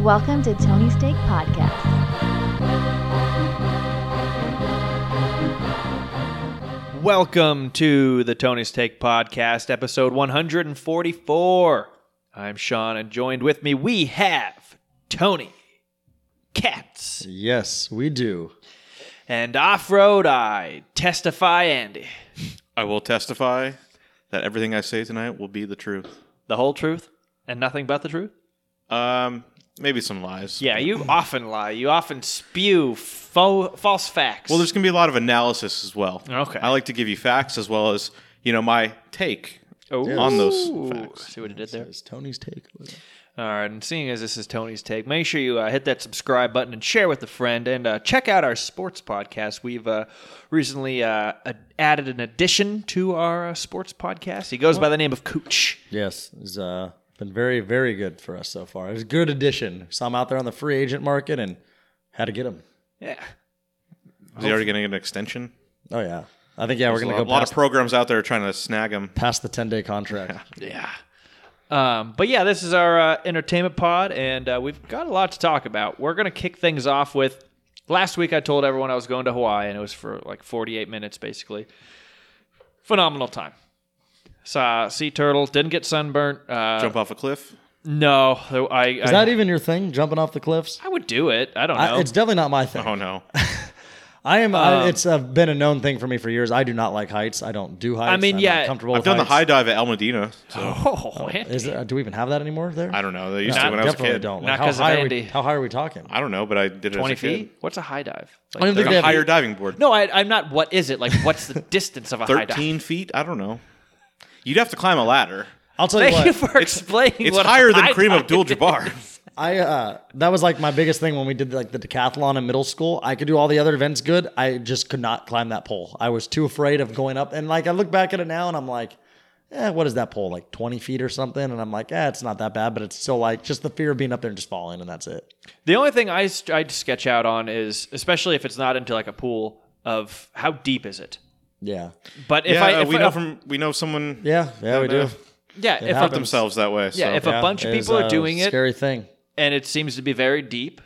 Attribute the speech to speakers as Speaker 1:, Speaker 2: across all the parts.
Speaker 1: Welcome to Tony Steak Podcast.
Speaker 2: Welcome to the Tony's Take Podcast, episode 144. I'm Sean, and joined with me we have Tony, Katz,
Speaker 3: Yes, we do.
Speaker 2: and Off Road I testify Andy.
Speaker 4: I will testify that everything I say tonight will be the truth.
Speaker 2: The whole truth and nothing but the truth?
Speaker 4: Um, maybe some lies.
Speaker 2: Yeah, you often lie. You often spew fo- false facts.
Speaker 4: Well, there's gonna be a lot of analysis as well.
Speaker 2: Okay.
Speaker 4: I like to give you facts as well as you know my take.
Speaker 2: Ooh.
Speaker 4: on those facts.
Speaker 2: Oh. See what it did there?
Speaker 3: It's Tony's take.
Speaker 2: All right, and seeing as this is Tony's take, make sure you uh, hit that subscribe button and share with a friend, and uh, check out our sports podcast. We've uh, recently uh, ad- added an addition to our uh, sports podcast. He goes by the name of Cooch.
Speaker 3: Yes, it's uh, been very, very good for us so far. It's a good addition. Saw him out there on the free agent market and had to get him.
Speaker 2: Yeah,
Speaker 4: Is he already gonna get an extension?
Speaker 3: Oh yeah, I think yeah, we're
Speaker 4: There's
Speaker 3: gonna
Speaker 4: a
Speaker 3: go
Speaker 4: lot, lot
Speaker 3: past,
Speaker 4: of programs out there trying to snag him.
Speaker 3: past the ten day contract.
Speaker 2: yeah. Um, but yeah, this is our uh, entertainment pod, and uh, we've got a lot to talk about. We're gonna kick things off with last week. I told everyone I was going to Hawaii, and it was for like 48 minutes, basically. Phenomenal time. Saw sea turtles. Didn't get sunburnt. Uh,
Speaker 4: Jump off a cliff.
Speaker 2: No, though I I,
Speaker 3: Is that even your thing? Jumping off the cliffs?
Speaker 2: I would do it. I don't know.
Speaker 3: I, it's definitely not my thing.
Speaker 4: Oh no.
Speaker 3: I am.
Speaker 4: Um,
Speaker 3: I, it's uh, been a known thing for me for years. I do not like heights. I don't do heights.
Speaker 2: I mean,
Speaker 3: I'm
Speaker 2: yeah,
Speaker 3: not comfortable.
Speaker 4: I've
Speaker 3: with
Speaker 4: done the high
Speaker 3: heights.
Speaker 4: dive at El Medina. So
Speaker 2: oh, Andy.
Speaker 3: Is there, do we even have that anymore there?
Speaker 4: I don't know. They used
Speaker 3: I
Speaker 4: to when I was a
Speaker 3: definitely
Speaker 4: kid.
Speaker 3: don't.
Speaker 2: Not
Speaker 3: how
Speaker 2: 'cause of
Speaker 3: high are
Speaker 2: Andy.
Speaker 3: we? How high are we talking?
Speaker 4: I don't know, but I did it
Speaker 2: twenty
Speaker 4: as a kid.
Speaker 2: feet. What's a high dive? Like,
Speaker 3: I don't think
Speaker 4: There's a
Speaker 3: they have
Speaker 4: higher diving board.
Speaker 2: no, I, I'm not. What is it like? What's the distance of a high dive?
Speaker 4: Thirteen feet. I don't know. You'd have to climb a ladder.
Speaker 3: I'll tell you
Speaker 2: Thank
Speaker 3: what.
Speaker 2: you for explaining.
Speaker 4: It's
Speaker 2: what a
Speaker 4: higher
Speaker 2: high
Speaker 4: than Kareem
Speaker 2: dive
Speaker 4: Abdul-Jabbar.
Speaker 3: I uh, that was like my biggest thing when we did like the decathlon in middle school. I could do all the other events good. I just could not climb that pole. I was too afraid of going up. And like I look back at it now, and I'm like, eh, what is that pole? Like 20 feet or something? And I'm like, eh, it's not that bad, but it's still like just the fear of being up there and just falling, and that's it.
Speaker 2: The only thing I s- I'd sketch out on is, especially if it's not into like a pool, of how deep is it.
Speaker 3: Yeah,
Speaker 2: But if
Speaker 4: yeah,
Speaker 2: I
Speaker 4: uh,
Speaker 2: if
Speaker 4: we
Speaker 2: I-
Speaker 4: know from we know someone
Speaker 3: yeah, yeah, we do.
Speaker 4: Yeah.
Speaker 2: yeah if
Speaker 3: happens.
Speaker 2: a,
Speaker 4: themselves that way.
Speaker 2: yeah
Speaker 4: so.
Speaker 2: if
Speaker 3: Yeah,
Speaker 2: a bunch of
Speaker 3: it is
Speaker 2: people are
Speaker 3: a
Speaker 2: doing it
Speaker 3: scary thing.
Speaker 2: and it seems to be very deep,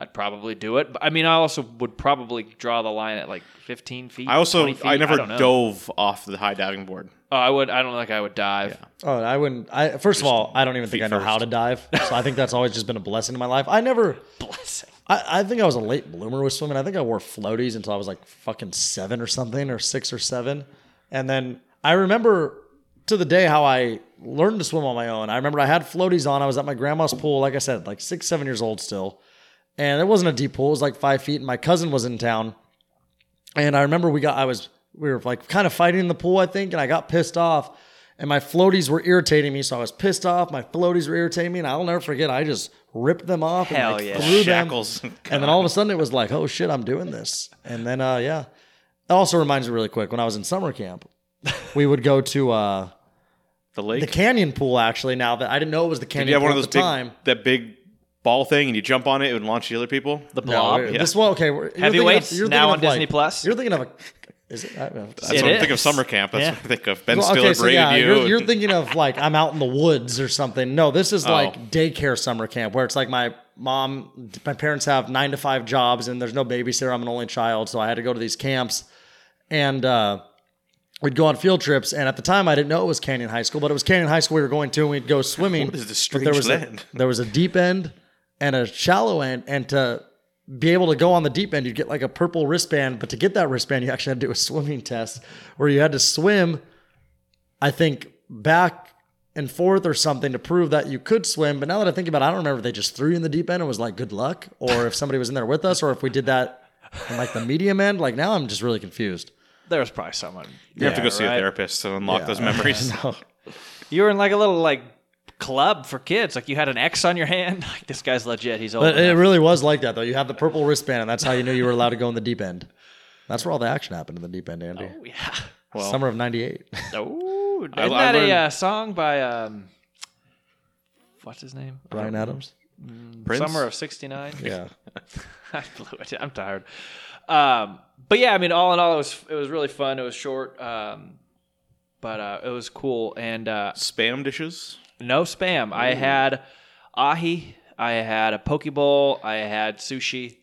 Speaker 2: I'd probably do it. But, I mean, I also would probably draw the line at like 15 feet.
Speaker 4: I also
Speaker 2: 20 feet.
Speaker 4: I never
Speaker 2: don't know.
Speaker 4: dove off the high diving board.
Speaker 2: Oh, I would. I don't think I would dive.
Speaker 3: Oh, I wouldn't. I first of all, I don't even think I
Speaker 4: feet
Speaker 3: know how to
Speaker 4: first.
Speaker 3: dive. So I think that's always just been a blessing in my life. I never.
Speaker 2: Blessing.
Speaker 3: I, I think I was a late bloomer with swimming. I think I wore floaties until I was like fucking seven or something, or six or seven. And then I remember to the day how I learned to swim on my own. I remember I had floaties on. I was at my grandma's pool, like I said, like six, seven years old still. And it wasn't a deep pool, it was like five feet. And my cousin was in town. And I remember we got, I was, we were like kind of fighting in the pool, I think, and I got pissed off. And my floaties were irritating me. So I was pissed off. My floaties were irritating me. And I'll never forget, I just ripped them off
Speaker 2: Hell
Speaker 3: and like,
Speaker 2: yeah.
Speaker 3: threw them.
Speaker 4: Shackles.
Speaker 3: And then all of a sudden it was like, oh shit, I'm doing this. And then uh yeah. It also reminds me really quick when I was in summer camp, we would go to uh
Speaker 4: the lake.
Speaker 3: the canyon pool actually now that I didn't know it was the
Speaker 4: Did
Speaker 3: canyon
Speaker 4: you have
Speaker 3: pool
Speaker 4: one of those
Speaker 3: at the
Speaker 4: big
Speaker 3: time.
Speaker 4: that big ball thing and you jump on it, it would launch the other people?
Speaker 2: The
Speaker 3: No,
Speaker 2: blob.
Speaker 3: wait,
Speaker 4: yeah.
Speaker 3: This one okay, we're, you're thinking of-
Speaker 2: Heavyweights,
Speaker 3: you're
Speaker 2: now
Speaker 3: thinking
Speaker 2: on
Speaker 3: of,
Speaker 2: Disney
Speaker 3: like-
Speaker 2: Plus.
Speaker 3: You're thinking of a is it I don't know.
Speaker 4: That's
Speaker 2: It
Speaker 4: what I
Speaker 2: is.
Speaker 4: think of summer camp. That's what I think of. Ben
Speaker 3: Well,
Speaker 4: Stiller braided you.
Speaker 3: You're,
Speaker 4: and-
Speaker 3: you're thinking of like I'm out in the woods or something. No, this is
Speaker 4: Oh.
Speaker 3: like daycare summer camp where it's like my mom, my parents have nine to five jobs and there's no babysitter. I'm an only child, so I had to go to these camps, and uh, we'd go on field trips. And at the time, I didn't know it was Canyon High School, but it was Canyon High School we were going to. and We'd go swimming.
Speaker 4: What is this
Speaker 3: but
Speaker 4: strange
Speaker 3: was
Speaker 4: land?
Speaker 3: A, there was a deep end and a shallow end, and to be able to go on the deep end, you'd get like a purple wristband. But to get that wristband, you actually had to do a swimming test where you had to swim. I think back and forth or something to prove that you could swim. But now that I think about it, I don't remember if they just threw you in the deep end and was like, good luck, or if somebody was in there with us, or if we did that in like the medium end. Like now I'm just really confused.
Speaker 2: There was probably someone.
Speaker 4: you have to go see
Speaker 2: right.
Speaker 4: a therapist to unlock those memories.
Speaker 3: So
Speaker 2: You were in like a little like club for kids. Like you had an X on your hand. Like this guy's legit. He's old.
Speaker 3: but uh, it
Speaker 2: enough.
Speaker 3: really was like that though. You had the purple wristband and that's how you knew you were allowed to go in the deep end. That's where all the action happened in the deep end, Andy.
Speaker 2: Oh, yeah.
Speaker 4: Well,
Speaker 3: Summer of '98.
Speaker 2: Oh, isn't
Speaker 4: I- I
Speaker 2: that
Speaker 4: learned-
Speaker 2: a uh, song by um, what's his name? Uh,
Speaker 3: Brian Adams.
Speaker 4: Prince?
Speaker 2: Summer of '69.
Speaker 3: Yeah.
Speaker 2: Um, I blew it. I'm tired. Um, but yeah, I mean, all in all, it was it was really fun. It was short, um, but uh, it was cool. And uh,
Speaker 4: spam dishes.
Speaker 2: no spam. I had ahi I had a poke bowl. I had sushi,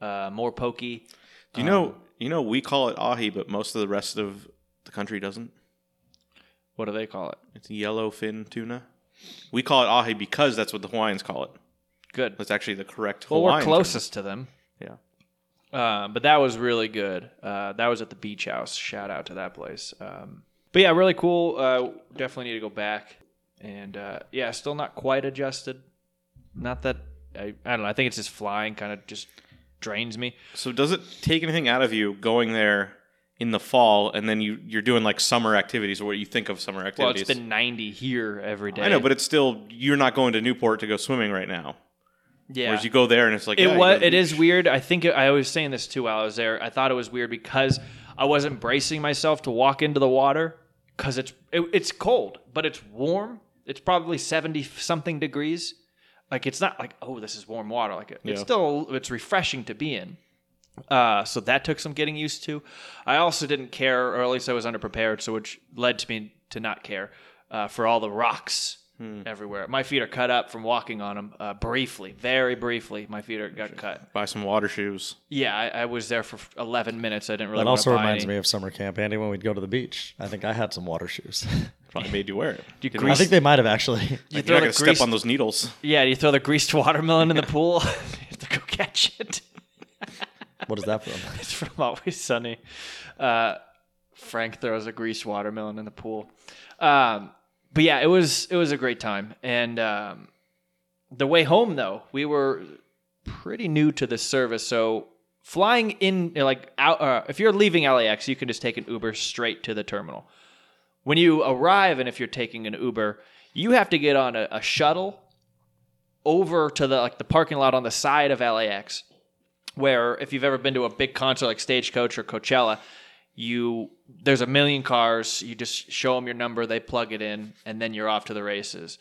Speaker 2: uh, more pokey.
Speaker 4: Do you know? You know, we call it ahi, but most of the rest of the country doesn't.
Speaker 2: What do they call it?
Speaker 4: It's yellowfin tuna. We call it ahi because that's what the Hawaiians call it.
Speaker 2: Good.
Speaker 4: That's actually the correct.
Speaker 2: Well, we're
Speaker 4: Hawaiian term.
Speaker 2: closest to them.
Speaker 4: Yeah.
Speaker 2: Uh, but that was really good. Uh, that was at the beach house. Shout out to that place. Um, but yeah, really cool. Uh, definitely need to go back. And uh, yeah, still not quite adjusted. Not that I, I don't know. I think it's just flying kind of just drains me.
Speaker 4: So does it take anything out of you going there in the fall and then you you're doing like summer activities or what you think of summer
Speaker 2: Well,
Speaker 4: activities?
Speaker 2: it's been 90 here every day.
Speaker 4: I know, but it's still you're not going to Newport to go swimming right now.
Speaker 2: yeah.
Speaker 4: Whereas you go there and it's like
Speaker 2: it
Speaker 4: yeah, you
Speaker 2: was
Speaker 4: go-
Speaker 2: it is weird i think i was saying this too while i was there i thought it was weird because i wasn't bracing myself to walk into the water because it's it, it's cold but it's warm it's probably 70 something degrees like it's not like oh this is warm water like it, it's
Speaker 4: Yeah.
Speaker 2: still it's refreshing to be in uh, so that took some getting used to. I also didn't care, or at least I was underprepared, so which led to me to not care uh, for all the rocks
Speaker 3: Hmm.
Speaker 2: everywhere. My feet are cut up from walking on them uh, briefly, very briefly. My feet are, got cut.
Speaker 4: buy some water shoes.
Speaker 2: Yeah, I, I was there for 11 minutes. I didn't really. wanna
Speaker 3: That also
Speaker 2: buy
Speaker 3: reminds
Speaker 2: any.
Speaker 3: me of summer camp, Andy, when we'd go to the beach. I think I had some water shoes.
Speaker 4: Probably made you wear it.
Speaker 2: You
Speaker 4: Didn't
Speaker 3: I
Speaker 2: grease-
Speaker 3: think they might have actually.
Speaker 2: You
Speaker 4: You're
Speaker 2: throw
Speaker 4: not
Speaker 2: the
Speaker 4: gonna step
Speaker 2: greased-
Speaker 4: on those needles.
Speaker 2: Yeah, you throw the greased watermelon in the pool. you have to go catch it.
Speaker 3: What is that from?
Speaker 2: It's from Always Sunny. Uh, Frank throws a greased watermelon in the pool. Um, but yeah, it was it was a great time. And um, the way home though, we were pretty new to this service, so flying in like out. Uh, if you're leaving LAX, you can just take an Uber straight to the terminal. When you arrive, and if you're taking an Uber, you have to get on a, a shuttle over to the like the parking lot on the side of LAX where if you've ever been to a big concert like Stagecoach or Coachella, you there's a million cars. You just show them your number, they plug it in, and then you're off to the races.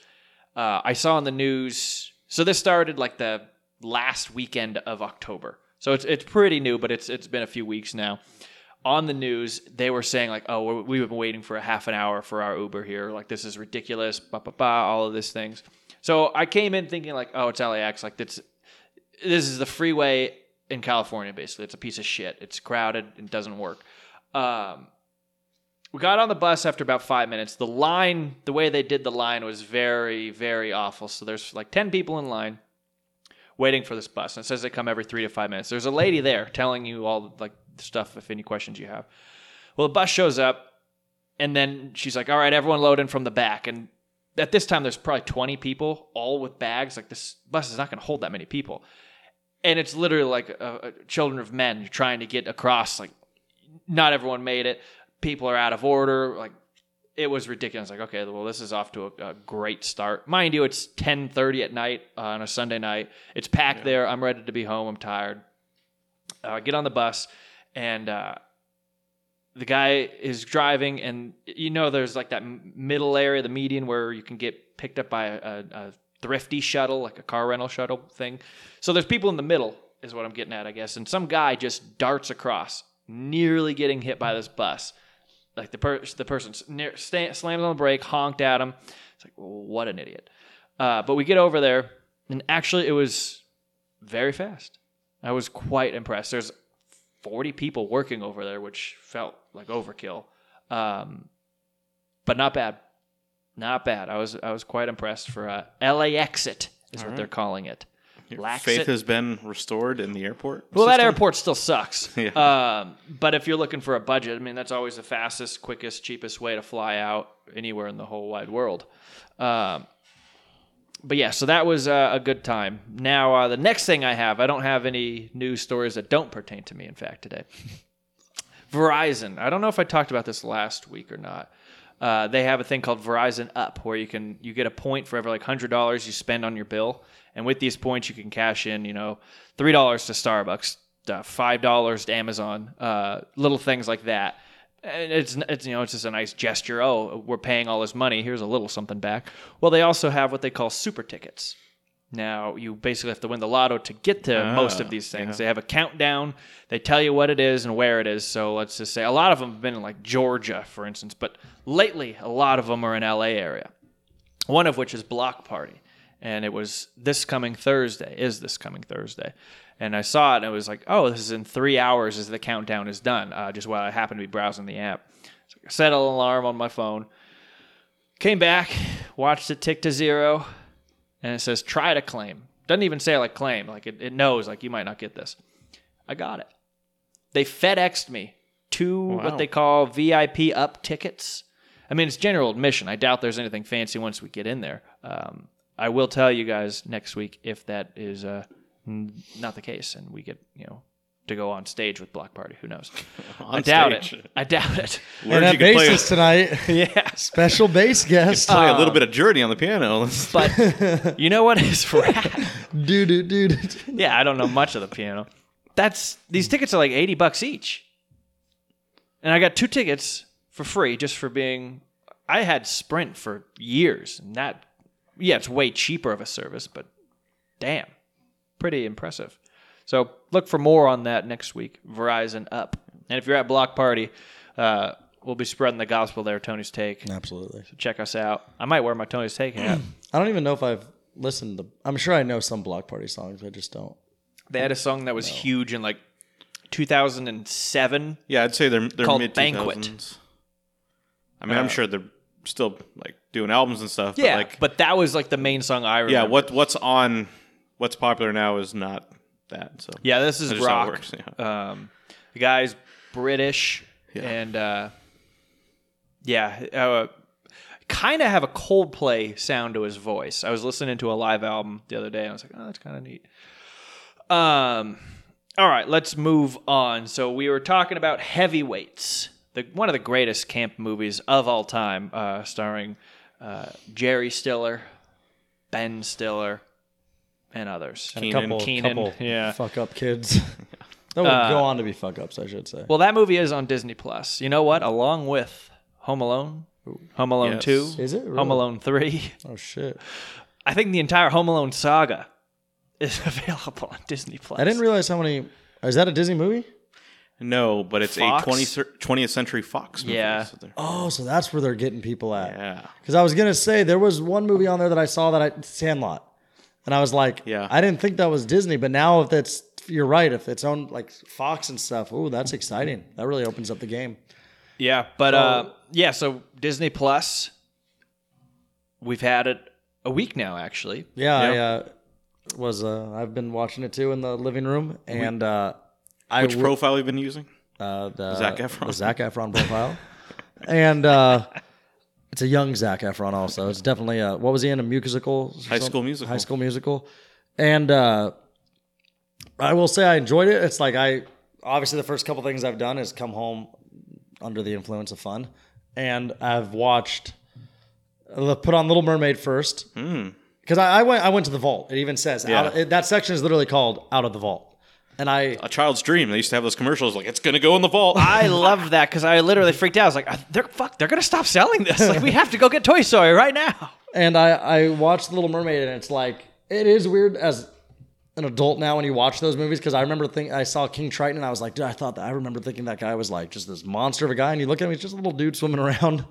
Speaker 2: Uh, I saw on the news. So this started like the last weekend of October. So it's it's pretty new, but it's it's been a few weeks now. On the news, they were saying like, "Oh, we're- we've been waiting for a half an hour for our Uber here. Like this is ridiculous." Ba ba ba. All of these things. So I came in thinking like, "Oh, it's LAX. Like that's this is the freeway in California, basically. It's a piece of shit. It's crowded and doesn't work. Um, we got on the bus after about five minutes. The line, the way they did the line was very, very awful. So there's like 10 people in line waiting for this bus. And it says they come every three to five minutes. There's a lady there telling you all like the stuff, if any questions you have. Well, the bus shows up and then she's like, all right, everyone load in from the back. And at this time, there's probably 20 people all with bags. Like this bus is not going to hold that many people and it's literally like uh, uh, children of men trying to get across like not everyone made it people are out of order like it was ridiculous like okay well this is off to a, a great start mind you it's 10.30 at night uh, on a sunday night it's packed there i'm ready to be home i'm tired uh, I get on the bus and uh, the guy is driving and you know there's like that m- middle area the median where you can get picked up by a, a, a thrifty shuttle like a car rental shuttle thing so there's people in the middle is what i'm getting at i guess and some guy just darts across nearly getting hit by this bus like the, per- the person s- near, sta- slammed on the brake honked at him it's like what an idiot uh, but we get over there and actually it was very fast I was quite impressed. There's 40 people working over there, which felt like overkill, um, but not bad, not bad. I was I was quite impressed for uh, LA exit is what they're calling it.
Speaker 4: Your
Speaker 2: Laxit-
Speaker 4: faith has been restored in the airport.
Speaker 2: well, that
Speaker 4: system?
Speaker 2: airport still sucks.
Speaker 4: Yeah.
Speaker 2: Um, but if you're looking for a budget, I mean, that's always the fastest, quickest, cheapest way to fly out anywhere in the whole wide world. Um, but yeah, so that was uh, a good time. Now, uh, the next thing I have, I don't have any news stories that don't pertain to me, in fact, today. Verizon. I don't know if I talked about this last week or not. Uh, they have a thing called Verizon Up, where you can you get a point for every like hundred dollars you spend on your bill, and with these points you can cash in, you know, three dollars to Starbucks, uh, five dollars to Amazon, uh, little things like that. And it's it's you know it's just a nice gesture. Oh, we're paying all this money. Here's a little something back. Well, they also have what they call super tickets. Now you basically have to win the lotto to get to most of these things. They have a countdown. They tell you what it is and where it is. So let's just say a lot of them have been in like Georgia, for instance, but lately a lot of them are in LA area. One of which is Block Party, and it was this coming Thursday. Is this coming Thursday? And I saw it, and it was like, oh, this is in three hours as the countdown is done. Uh, just while I happened to be browsing the app, so I set an alarm on my phone. Came back, watched it tick to zero, and it says try to claim. Doesn't even say like claim. Like it, it knows like you might not get this. I got it. They FedExed me two
Speaker 4: Wow.
Speaker 2: what they call VIP up tickets. I mean, it's general admission. I doubt there's anything fancy once we get in there. Um, I will tell you guys next week if that is uh, n- not the case and we get you know to go on stage with Block Party. Who knows? I doubt it. I doubt it.
Speaker 3: And that
Speaker 4: you can play,
Speaker 3: bassist tonight,
Speaker 2: yeah.
Speaker 3: special bass guest.
Speaker 4: play
Speaker 2: uh,
Speaker 4: a little bit of Journey on the piano.
Speaker 2: But you know what is rad?
Speaker 3: Dude, dude, dude.
Speaker 2: Yeah, I don't know much of the piano. That's these tickets are like eighty bucks each, and I got two tickets for free just for being. I had Sprint for years, and that yeah, it's way cheaper of a service, but damn, pretty impressive. So look for more on that next week. Verizon up, and if you're at Block Party, uh, we'll be spreading the gospel there. Tony's Take,
Speaker 3: Absolutely.
Speaker 2: check us out. I might wear my Tony's Take hat.
Speaker 3: I don't even know if I've listened to. I'm sure I know some block party songs. I just don't.
Speaker 2: They had a song that was huge in like 2007.
Speaker 4: yeah, I'd say they're they're
Speaker 2: Called
Speaker 4: mid
Speaker 2: Banquet. Uh,
Speaker 4: I mean, I'm sure they're still like doing albums and stuff.
Speaker 2: Yeah,
Speaker 4: but, like,
Speaker 2: but that was like the main song I remember.
Speaker 4: yeah, what what's on, what's popular now is not that. So
Speaker 2: Yeah, this is
Speaker 4: That's just how
Speaker 2: rock.
Speaker 4: it works,
Speaker 2: Um, the guy's British,
Speaker 4: Yeah.
Speaker 2: and uh, yeah, uh, kind of have a Coldplay sound to his voice. I was listening to a live album the other day, and I was like, oh, that's kind of neat. Um, all right, let's move on. So we were talking about Heavyweights, the one of the greatest camp movies of all time, uh, starring uh, Jerry Stiller, Ben Stiller, and others.
Speaker 3: And
Speaker 4: Keenan.
Speaker 3: a couple,
Speaker 2: Keenan,
Speaker 3: couple
Speaker 2: yeah. Uh,
Speaker 3: fuck up kids. that would go on to be fuck ups, I should say.
Speaker 2: Well, that movie is on Disney Plus. You know what? Along with Home Alone, Home Alone
Speaker 4: Yes.
Speaker 2: Two,
Speaker 3: Is it?
Speaker 2: Home
Speaker 3: Really?
Speaker 2: Alone Three.
Speaker 3: Oh shit!
Speaker 2: I think the entire Home Alone saga is available on Disney Plus.
Speaker 3: I didn't realize how many. Is that a Disney movie?
Speaker 4: No, but it's
Speaker 2: Fox?
Speaker 4: a 20, cer- 20th century Fox movie.
Speaker 2: Yeah.
Speaker 4: So they're-
Speaker 3: Oh, so that's where they're getting people at.
Speaker 4: yeah.
Speaker 3: Because I was gonna say there was one movie on there that I saw that I Sandlot, and I was like,
Speaker 4: Yeah.
Speaker 3: I didn't think that was Disney, but now if that's you're right, if it's own like Fox and stuff, ooh, that's exciting. That really opens up the game.
Speaker 2: Yeah, but uh, yeah, so Disney Plus. We've had it a week now, actually.
Speaker 3: Yeah, I
Speaker 4: Yeah.
Speaker 3: uh, was uh, I've been watching it too in the living room, and uh, I
Speaker 4: Which
Speaker 3: wo-
Speaker 4: profile you've been using?
Speaker 3: uh, the
Speaker 4: Zac Efron.
Speaker 3: the Zac Efron profile, and uh, it's a young Zac Efron. Also, it's definitely a what was he in a musical?
Speaker 4: High School Musical.
Speaker 3: High School Musical, and uh, I will say I enjoyed it. It's like I obviously the first couple things I've done is come home under the influence of fun, and I've watched uh, put on Little Mermaid first because I, I went I went to the vault. It even says
Speaker 4: Hmm. Yeah.
Speaker 3: out, it, that section is literally called Out of the Vault, and I
Speaker 4: A Child's Dream. They used to have those commercials like, it's going to go in the vault.
Speaker 2: I love that because I literally freaked out. I was like, "Are- "They're fuck! They're gonna stop selling this. Like, we have to go get Toy Story right now."
Speaker 3: and I I watched Little Mermaid, and it's like it is weird as an adult now when you watch those movies because I remember think I saw King Triton and I was like, dude, I thought that I remember thinking that guy was like just this monster of a guy, and you look at him, he's just a little dude swimming around.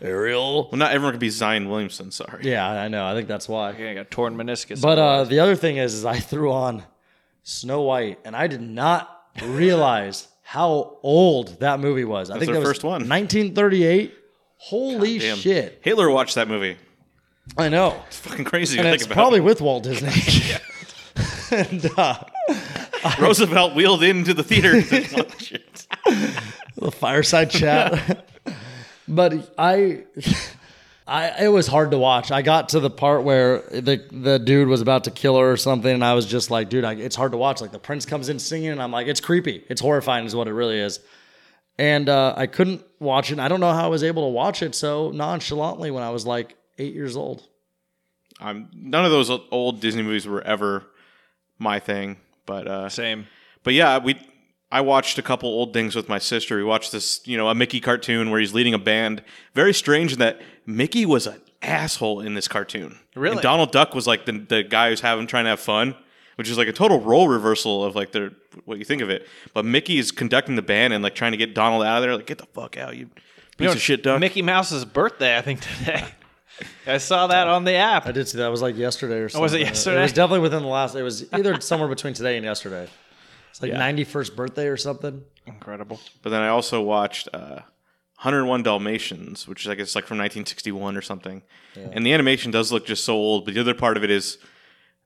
Speaker 3: Ariel.
Speaker 4: well, not everyone can be Zion Williamson, sorry.
Speaker 3: Yeah, I know. I think that's why.
Speaker 2: Okay, I got torn meniscus.
Speaker 3: But uh, the other thing is, is I threw on Snow White, and I did not realize how old that movie was. I think
Speaker 4: their
Speaker 3: that was
Speaker 4: first one.
Speaker 3: 1938. Holy
Speaker 4: Damn.
Speaker 3: shit!
Speaker 4: Hitler watched that movie.
Speaker 3: I know.
Speaker 4: It's fucking crazy
Speaker 3: and
Speaker 4: to
Speaker 3: it's
Speaker 4: think about.
Speaker 3: probably with Walt Disney. and uh,
Speaker 4: Roosevelt wheeled into the theater to watch it.
Speaker 3: the fireside chat. but I, I, it was hard to watch. I got to the part where the the dude was about to kill her or something, and I was just like, dude, I, it's hard to watch. Like the prince comes in singing, and I'm like, it's creepy. It's horrifying, is what it really is. And uh, I couldn't watch it. I don't know how I was able to watch it so nonchalantly when I was like eight years old.
Speaker 4: I'm, none of those old Disney movies were ever my thing. But uh,
Speaker 2: same.
Speaker 4: But yeah, we I watched a couple old things with my sister. We watched this, you know, a Mickey cartoon where he's leading a band. Very strange in that Mickey was an asshole in this cartoon.
Speaker 2: Really?
Speaker 4: And Donald Duck was like the, the guy who's having trying to have fun, which is like a total role reversal of like their what you think of it. But Mickey is conducting the band and like trying to get Donald out of there, like, get the fuck out, you piece
Speaker 2: You know,
Speaker 4: of shit duck.
Speaker 2: Mickey Mouse's birthday, I think today. I saw that on the app.
Speaker 3: I did see that. It was like yesterday or something.
Speaker 2: Oh, was it
Speaker 3: It
Speaker 2: yesterday?
Speaker 3: was definitely within the last. It was either somewhere between today and yesterday. It's like
Speaker 2: Yeah.
Speaker 3: 91st birthday or something.
Speaker 2: Incredible.
Speaker 4: But then I also watched uh, 101 Dalmatians, which is I guess like from 1961 or something. And the animation does look just so old. But the other part of it is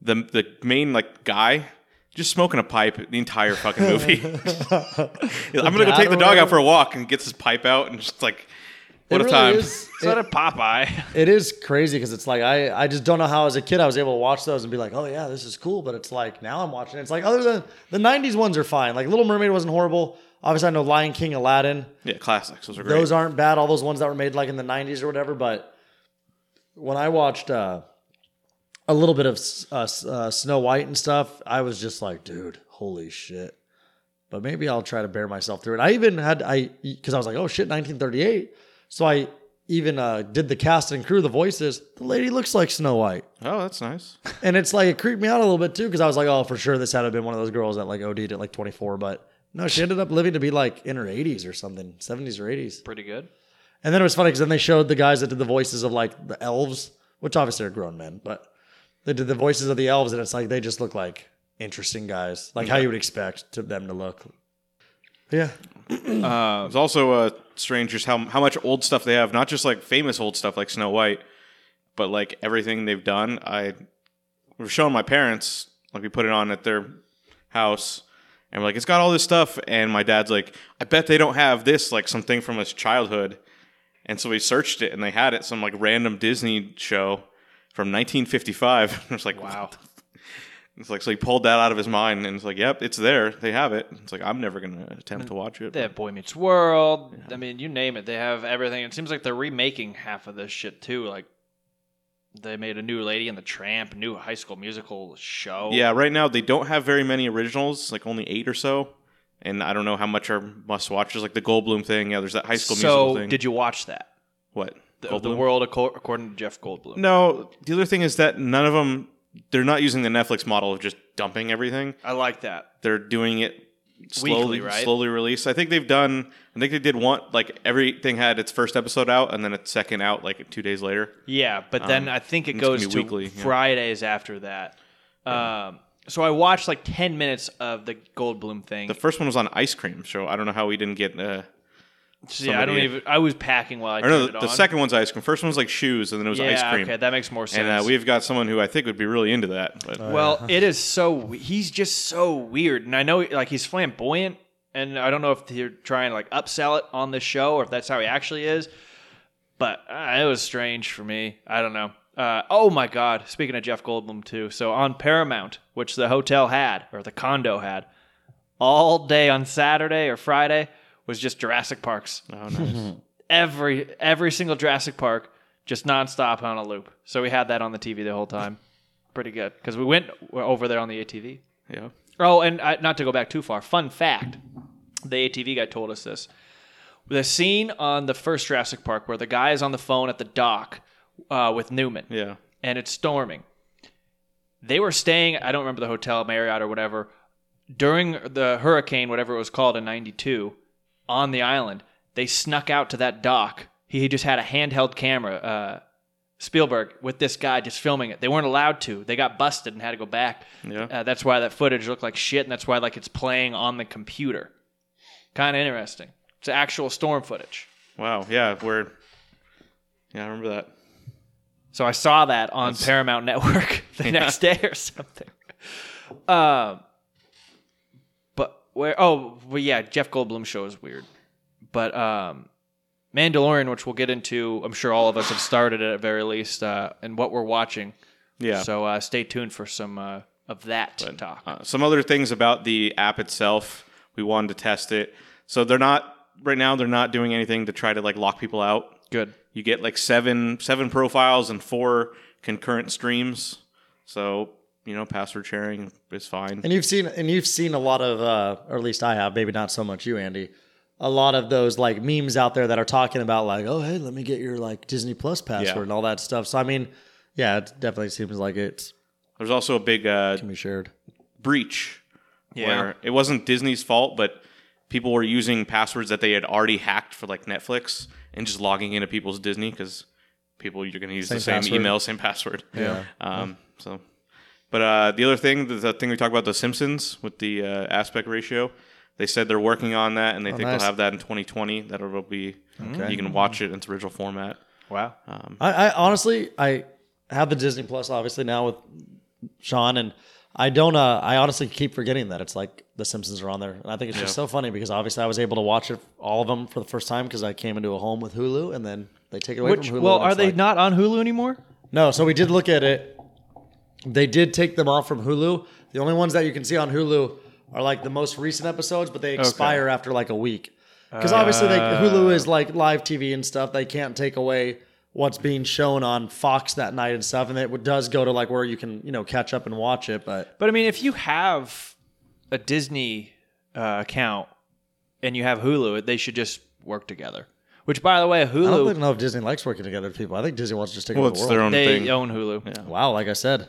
Speaker 4: the the main like guy just smoking a pipe the entire fucking movie. I'm gonna go
Speaker 3: dad
Speaker 4: take the
Speaker 3: or
Speaker 4: dog
Speaker 3: whatever?
Speaker 4: out for a walk and gets his pipe out and just like what a
Speaker 3: It really
Speaker 4: time.
Speaker 3: is-
Speaker 2: Is that
Speaker 3: it-
Speaker 2: a Popeye?
Speaker 3: it is crazy because it's like I, I just don't know how as a kid I was able to watch those and be like, oh yeah, this is cool. But it's like now I'm watching. It. It's like other than the '90s ones are fine. Like Little Mermaid wasn't horrible. Obviously, I know Lion King, Aladdin.
Speaker 4: Yeah, classics. Those are great.
Speaker 3: Those aren't bad. All those ones that were made like in the '90s or whatever. But when I watched uh, a little bit of S- uh, S- uh, Snow White and stuff, I was just like, dude, holy shit. But maybe I'll try to bear myself through it. I even had I because I was like, oh shit, 1938. So I even uh, did the cast and crew, the voices. The lady looks like Snow White,
Speaker 4: oh, that's nice.
Speaker 3: and it's like it creeped me out a little bit too because I was like, oh, for sure this had to have been one of those girls that like OD'd at like 24, but. No, she ended up living to be like in her 80s or something, 70s or 80s.
Speaker 2: Pretty good.
Speaker 3: And then it was funny because then they showed the guys that did the voices of like the elves, which obviously are grown men, but they did the voices of the elves, and it's like they just look like interesting guys, like how you would expect to them to look. Yeah,
Speaker 4: It's also uh, strange just how how much old stuff they have. Not just like famous old stuff like Snow White, but like everything they've done. I we were showing my parents like we put it on at their house, and we're like, it's got all this stuff. And my dad's like, I bet they don't have this like something from his childhood. And so we searched it, and they had it some like random Disney show from 1955. I was like,
Speaker 2: Wow.
Speaker 4: It's like so he pulled that out of his mind, and it's like, yep, it's there. They have it. It's like I'm never gonna attempt to watch it.
Speaker 2: They have Boy Meets World. I mean, you name it. They have everything. It seems like they're remaking half of this shit too. Like they made a new Lady and the Tramp, new High School Musical show.
Speaker 4: Yeah, right now they don't have very many originals, like only eight or so. And I don't know how much are must watches, like the Goldblum thing. Yeah, there's that High School Musical
Speaker 2: So
Speaker 4: thing.
Speaker 2: did you watch that?
Speaker 4: what?
Speaker 2: The, the
Speaker 4: Goldblum?
Speaker 2: world Acco- according to Jeff Goldblum.
Speaker 4: No, the other thing is that none of them. They're not using the Netflix model of just dumping everything.
Speaker 2: I like that.
Speaker 4: They're doing it slowly,
Speaker 2: Weekly, right?
Speaker 4: slowly release. I think they've done. I think they did one like everything had its first episode out and then its second out like two days later.
Speaker 2: Yeah, but then
Speaker 4: Um,
Speaker 2: I think it
Speaker 4: it's gonna
Speaker 2: goes
Speaker 4: be
Speaker 2: to
Speaker 4: weekly, yeah.
Speaker 2: Fridays after that. Um, so I watched like ten minutes of the Goldblum thing.
Speaker 4: The first one was on ice cream, so I don't know how we didn't get. Uh,
Speaker 2: yeah, I don't
Speaker 4: somebody-
Speaker 2: even. I was packing while I
Speaker 4: or
Speaker 2: turned
Speaker 4: no,
Speaker 2: it
Speaker 4: the,
Speaker 2: on.
Speaker 4: the second one's ice cream. First one's like shoes, and then it was
Speaker 2: yeah,
Speaker 4: ice cream.
Speaker 2: okay, that makes more sense.
Speaker 4: and uh, we've got someone who I think would be really into that. But
Speaker 2: Well, it is so we- he's just so weird, and I know like he's flamboyant, and I don't know if they're trying to like upsell it on the show or if that's how he actually is, but uh, it was strange for me. I don't know. Uh, oh my God! Speaking of Jeff Goldblum too, so on Paramount, which the hotel had or the condo had, all day on Saturday or Friday was just Jurassic Parks
Speaker 4: oh, nice.
Speaker 2: every every single Jurassic Park just nonstop on a loop. So we had that on the TV the whole time. Pretty good because we went over there on the ATV.
Speaker 4: yeah.
Speaker 2: Oh, and I, not to go back too far. Fun fact: the ATV guy told us this. The scene on the first Jurassic Park where the guy is on the phone at the dock uh, with Newman
Speaker 4: Yeah.
Speaker 2: and it's storming. They were staying, I don't remember the hotel, Marriott or whatever, during the hurricane, whatever it was called in 92, on the island. They snuck out to that dock. He just had a handheld camera, uh, Spielberg, with this guy just filming it. They weren't allowed to. They got busted and had to go back.
Speaker 4: Yeah.
Speaker 2: Uh, that's why that footage looked like shit, and that's why like it's playing on the computer. Kind of interesting. It's actual storm footage.
Speaker 4: Wow. Yeah. We're. Yeah, I remember that.
Speaker 2: So I saw that on Paramount Network the next day or something. Um, but where? Oh, well, yeah, Jeff Goldblum show is weird. But um, Mandalorian, which we'll get into, I'm sure all of us have started it at very least, uh, and what we're watching.
Speaker 4: Yeah.
Speaker 2: So uh, stay tuned for some uh, of that talk.
Speaker 4: Uh, some other things about the app itself. We wanted to test it. So they're not right now. They're not doing anything to try to like lock people out.
Speaker 2: Good.
Speaker 4: You get like seven seven profiles and four concurrent streams. So you know, password sharing is fine.
Speaker 3: and you've seen and you've seen a lot of, uh, or at least I have, maybe not so much you, Andy. A lot of those like memes out there that are talking about like, oh hey, let me get your like Disney Plus password
Speaker 4: Yeah.
Speaker 3: and all that stuff. So I mean, yeah, it definitely seems like it's
Speaker 4: There's also a big uh,
Speaker 3: can be shared.
Speaker 4: breach
Speaker 2: Yeah.
Speaker 4: where it wasn't Disney's fault, but people were using passwords that they had already hacked for like Netflix and just logging into people's Disney because people you're going to use
Speaker 3: Same
Speaker 4: the same
Speaker 3: password.
Speaker 4: email, same password.
Speaker 3: Yeah.
Speaker 4: Um, so, but uh, the other thing, the, the thing we talked about, the Simpsons with the uh, aspect ratio, they said they're working on that, and they think
Speaker 3: nice.
Speaker 4: they'll have that in 2020. That it'll be you can watch it in its original format.
Speaker 2: Wow.
Speaker 3: I, I honestly, I have the Disney Plus obviously now with Sean, and I don't. Uh, I honestly keep forgetting that it's like The Simpsons are on there, and I think it's just so funny because obviously I was able to watch it, all of them for the first time because I came into a home with Hulu, and then they take it away
Speaker 2: Which
Speaker 3: from Hulu.
Speaker 2: well,
Speaker 3: and
Speaker 2: are
Speaker 3: it's
Speaker 2: they
Speaker 3: like-
Speaker 2: not on Hulu anymore?
Speaker 3: No, so we did look at it. They did take them off from Hulu. The only ones that you can see on Hulu are like the most recent episodes, but they expire after like a week. Because obviously, they,
Speaker 4: Uh.
Speaker 3: Hulu is like live TV and stuff. They can't take away what's being shown on Fox that night and stuff. And it does go to like where you can, you know, catch up and watch it. But
Speaker 2: But I mean, if you have a Disney uh, account and you have Hulu, they should just work together. Which, by the way,
Speaker 3: I don't
Speaker 2: Hulu
Speaker 3: even know if Disney likes working together with people. I think Disney wants to just take
Speaker 4: Well,
Speaker 3: over the
Speaker 4: it's
Speaker 3: world.
Speaker 4: their Uh. own
Speaker 2: they
Speaker 4: thing.
Speaker 2: own Hulu. Yeah.
Speaker 3: wow, like I said.
Speaker 4: They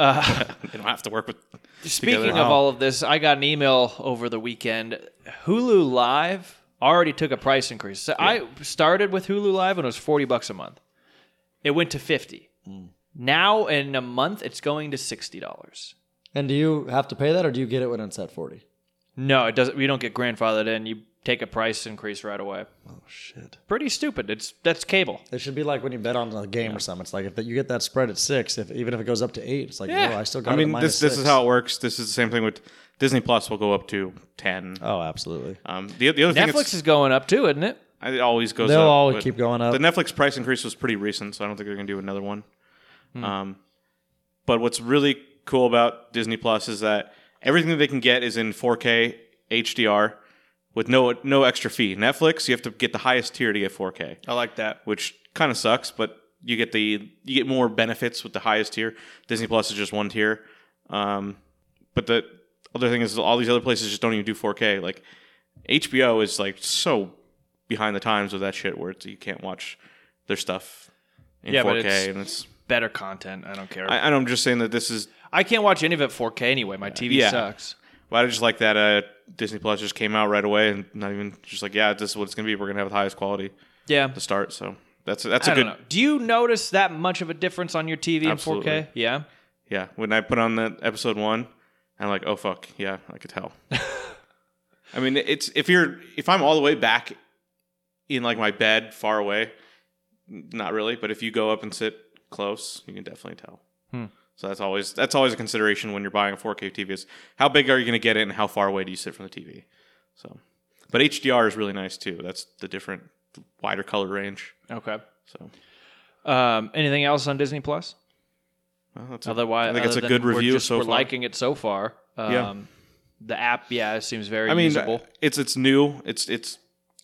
Speaker 4: don't have to work with.
Speaker 2: Speaking
Speaker 4: together.
Speaker 2: of all of this, I got an email over the weekend. Hulu Live already took a price increase. So I started with Hulu Live and it was 40 bucks a month. It went to 50. Now in a month it's going to $60.
Speaker 3: and do you have to pay that or do you get it when it's at 40?
Speaker 2: No, it doesn't we don't get grandfathered in. You take a price increase right away.
Speaker 3: Oh, shit.
Speaker 2: Pretty stupid. It's that's cable.
Speaker 3: It should be like when you bet on a game or something. It's like if that you get that spread at six, if even if it goes up to eight, it's like
Speaker 2: Yeah.
Speaker 3: no, I still got.
Speaker 4: I
Speaker 3: it
Speaker 4: mean,
Speaker 3: at minus
Speaker 4: this this is
Speaker 3: six.
Speaker 4: how it works. This is the same thing with Disney Plus. Will go up to 10.
Speaker 3: Oh, absolutely.
Speaker 4: Um, the, the other thing
Speaker 2: Netflix
Speaker 4: that's-
Speaker 2: is going up too, isn't it?
Speaker 4: it always goes.
Speaker 3: They'll
Speaker 4: up,
Speaker 3: always
Speaker 4: but
Speaker 3: keep going up.
Speaker 4: The Netflix price increase was pretty recent, so I don't think they're going to do another one.
Speaker 3: Hmm.
Speaker 4: Um, but what's really cool about Disney Plus is that everything that they can get is in 4K HDR with no no extra fee. Netflix, you have to get the highest tier to get 4K,
Speaker 2: I like that.
Speaker 4: which kind of sucks, but you get the you get more benefits with the highest tier. Disney Plus is just one tier. Um, but the other thing is all these other places just don't even do 4K. Like HBO is like so behind the times with that shit where it's, you can't watch their stuff in
Speaker 2: Yeah,
Speaker 4: 4K
Speaker 2: but it's-
Speaker 4: and it's
Speaker 2: Better content. I don't care.
Speaker 4: I,
Speaker 2: I,
Speaker 4: and I'm just saying that this is
Speaker 2: can't watch any of it 4K anyway. My TV
Speaker 4: Yeah.
Speaker 2: sucks.
Speaker 4: well, I just like that uh, Disney Plus just came out right away and not even just like yeah this is what it's gonna be we're gonna have the highest quality
Speaker 2: Yeah.
Speaker 4: to start so that's that's
Speaker 2: I
Speaker 4: a
Speaker 2: don't
Speaker 4: good
Speaker 2: know. Do you notice that much of a difference on your TV
Speaker 4: Absolutely.
Speaker 2: in 4K? Yeah.
Speaker 4: yeah when I put on the episode one I'm like oh fuck yeah I could tell I mean it's if you're if I'm all the way back in like my bed far away not really but if you go up and sit close you can definitely tell so that's always that's always a consideration when you're buying a 4K TV is how big are you going to get it and how far away do you sit from the TV. So, but HDR is really nice too. That's the different wider color range.
Speaker 2: Okay.
Speaker 4: So
Speaker 2: Um, anything else on Disney Plus?
Speaker 4: well, that's
Speaker 2: Otherwise,
Speaker 4: I think it's
Speaker 2: other
Speaker 4: a
Speaker 2: than
Speaker 4: good
Speaker 2: we're
Speaker 4: review
Speaker 2: just-
Speaker 4: so
Speaker 2: we're
Speaker 4: far.
Speaker 2: liking it so far. Um,
Speaker 4: Yeah.
Speaker 2: The app, yeah, it seems very
Speaker 4: I mean, uh,
Speaker 2: usable.
Speaker 4: it's it's new. It's it's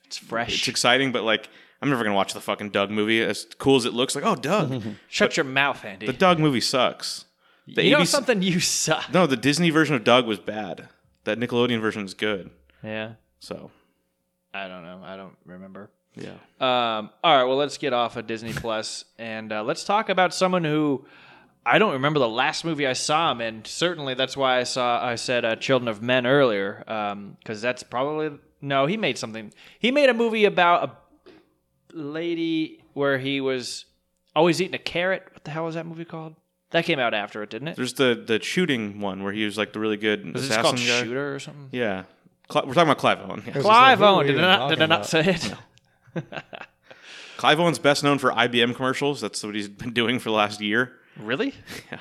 Speaker 2: It's fresh.
Speaker 4: it's exciting, but like I'm never gonna watch the fucking Doug movie. As cool as it looks, like oh Doug,
Speaker 2: Shut your mouth, Andy.
Speaker 4: the Doug movie sucks. The
Speaker 2: you know
Speaker 4: ABC
Speaker 2: something? You suck.
Speaker 4: No, the Disney version of Doug was bad. That Nickelodeon version is good.
Speaker 2: Yeah.
Speaker 4: So
Speaker 2: I don't know. I don't remember.
Speaker 4: yeah.
Speaker 2: Um, all right, well, let's get off of Disney Plus and uh, let's talk about someone who I don't remember the last movie I saw him in. Certainly, that's why I saw I said uh, Children of Men earlier because that's probably no. He made something. He made a movie about a lady where he was always eating a carrot. What the hell was that movie called? That came out after it, didn't it?
Speaker 4: There's the the shooting one where he was like the really good
Speaker 2: Was this
Speaker 4: assassin
Speaker 2: called
Speaker 4: guy.
Speaker 2: Shooter or something?
Speaker 4: Yeah, Cl- we're talking about Clive Owen. Yeah.
Speaker 3: There's this, like,
Speaker 2: Clive
Speaker 3: who are
Speaker 2: Owen.
Speaker 3: we
Speaker 2: Did I
Speaker 3: even
Speaker 2: not, did I
Speaker 3: talking
Speaker 2: not say
Speaker 3: about?
Speaker 2: it?
Speaker 4: Clive Owen's best known for IBM commercials. That's what he's been doing for the last year.
Speaker 2: Really? Hmm.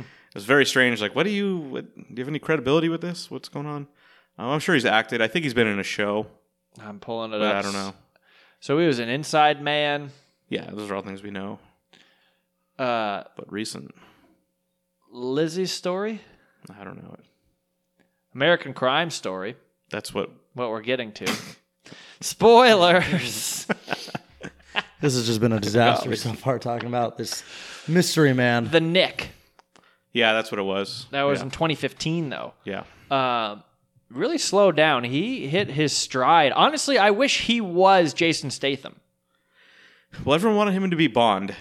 Speaker 4: It was very strange. Like, what do you? What, do you have any credibility with this? What's going on? Um, I'm sure he's acted. I think he's been in a show,
Speaker 2: I'm pulling it
Speaker 4: but
Speaker 2: up.
Speaker 4: I don't know.
Speaker 2: So he was an inside man.
Speaker 4: Yeah, those are all things we know,
Speaker 2: Uh,
Speaker 4: but recent.
Speaker 2: Lizzie's story,
Speaker 4: I don't know it.
Speaker 2: American Crime Story,
Speaker 4: That's what.
Speaker 2: what we're getting to. Spoilers.
Speaker 3: This has just been a disaster so far talking about this mystery man.
Speaker 2: the Nick.
Speaker 4: Yeah, that's what it was.
Speaker 2: That was
Speaker 4: Yeah.
Speaker 2: in 2015, though.
Speaker 4: yeah.
Speaker 2: Um, really slowed down. He hit his stride. Honestly, I wish he was Jason Statham.
Speaker 4: Well, everyone wanted him to be Bond,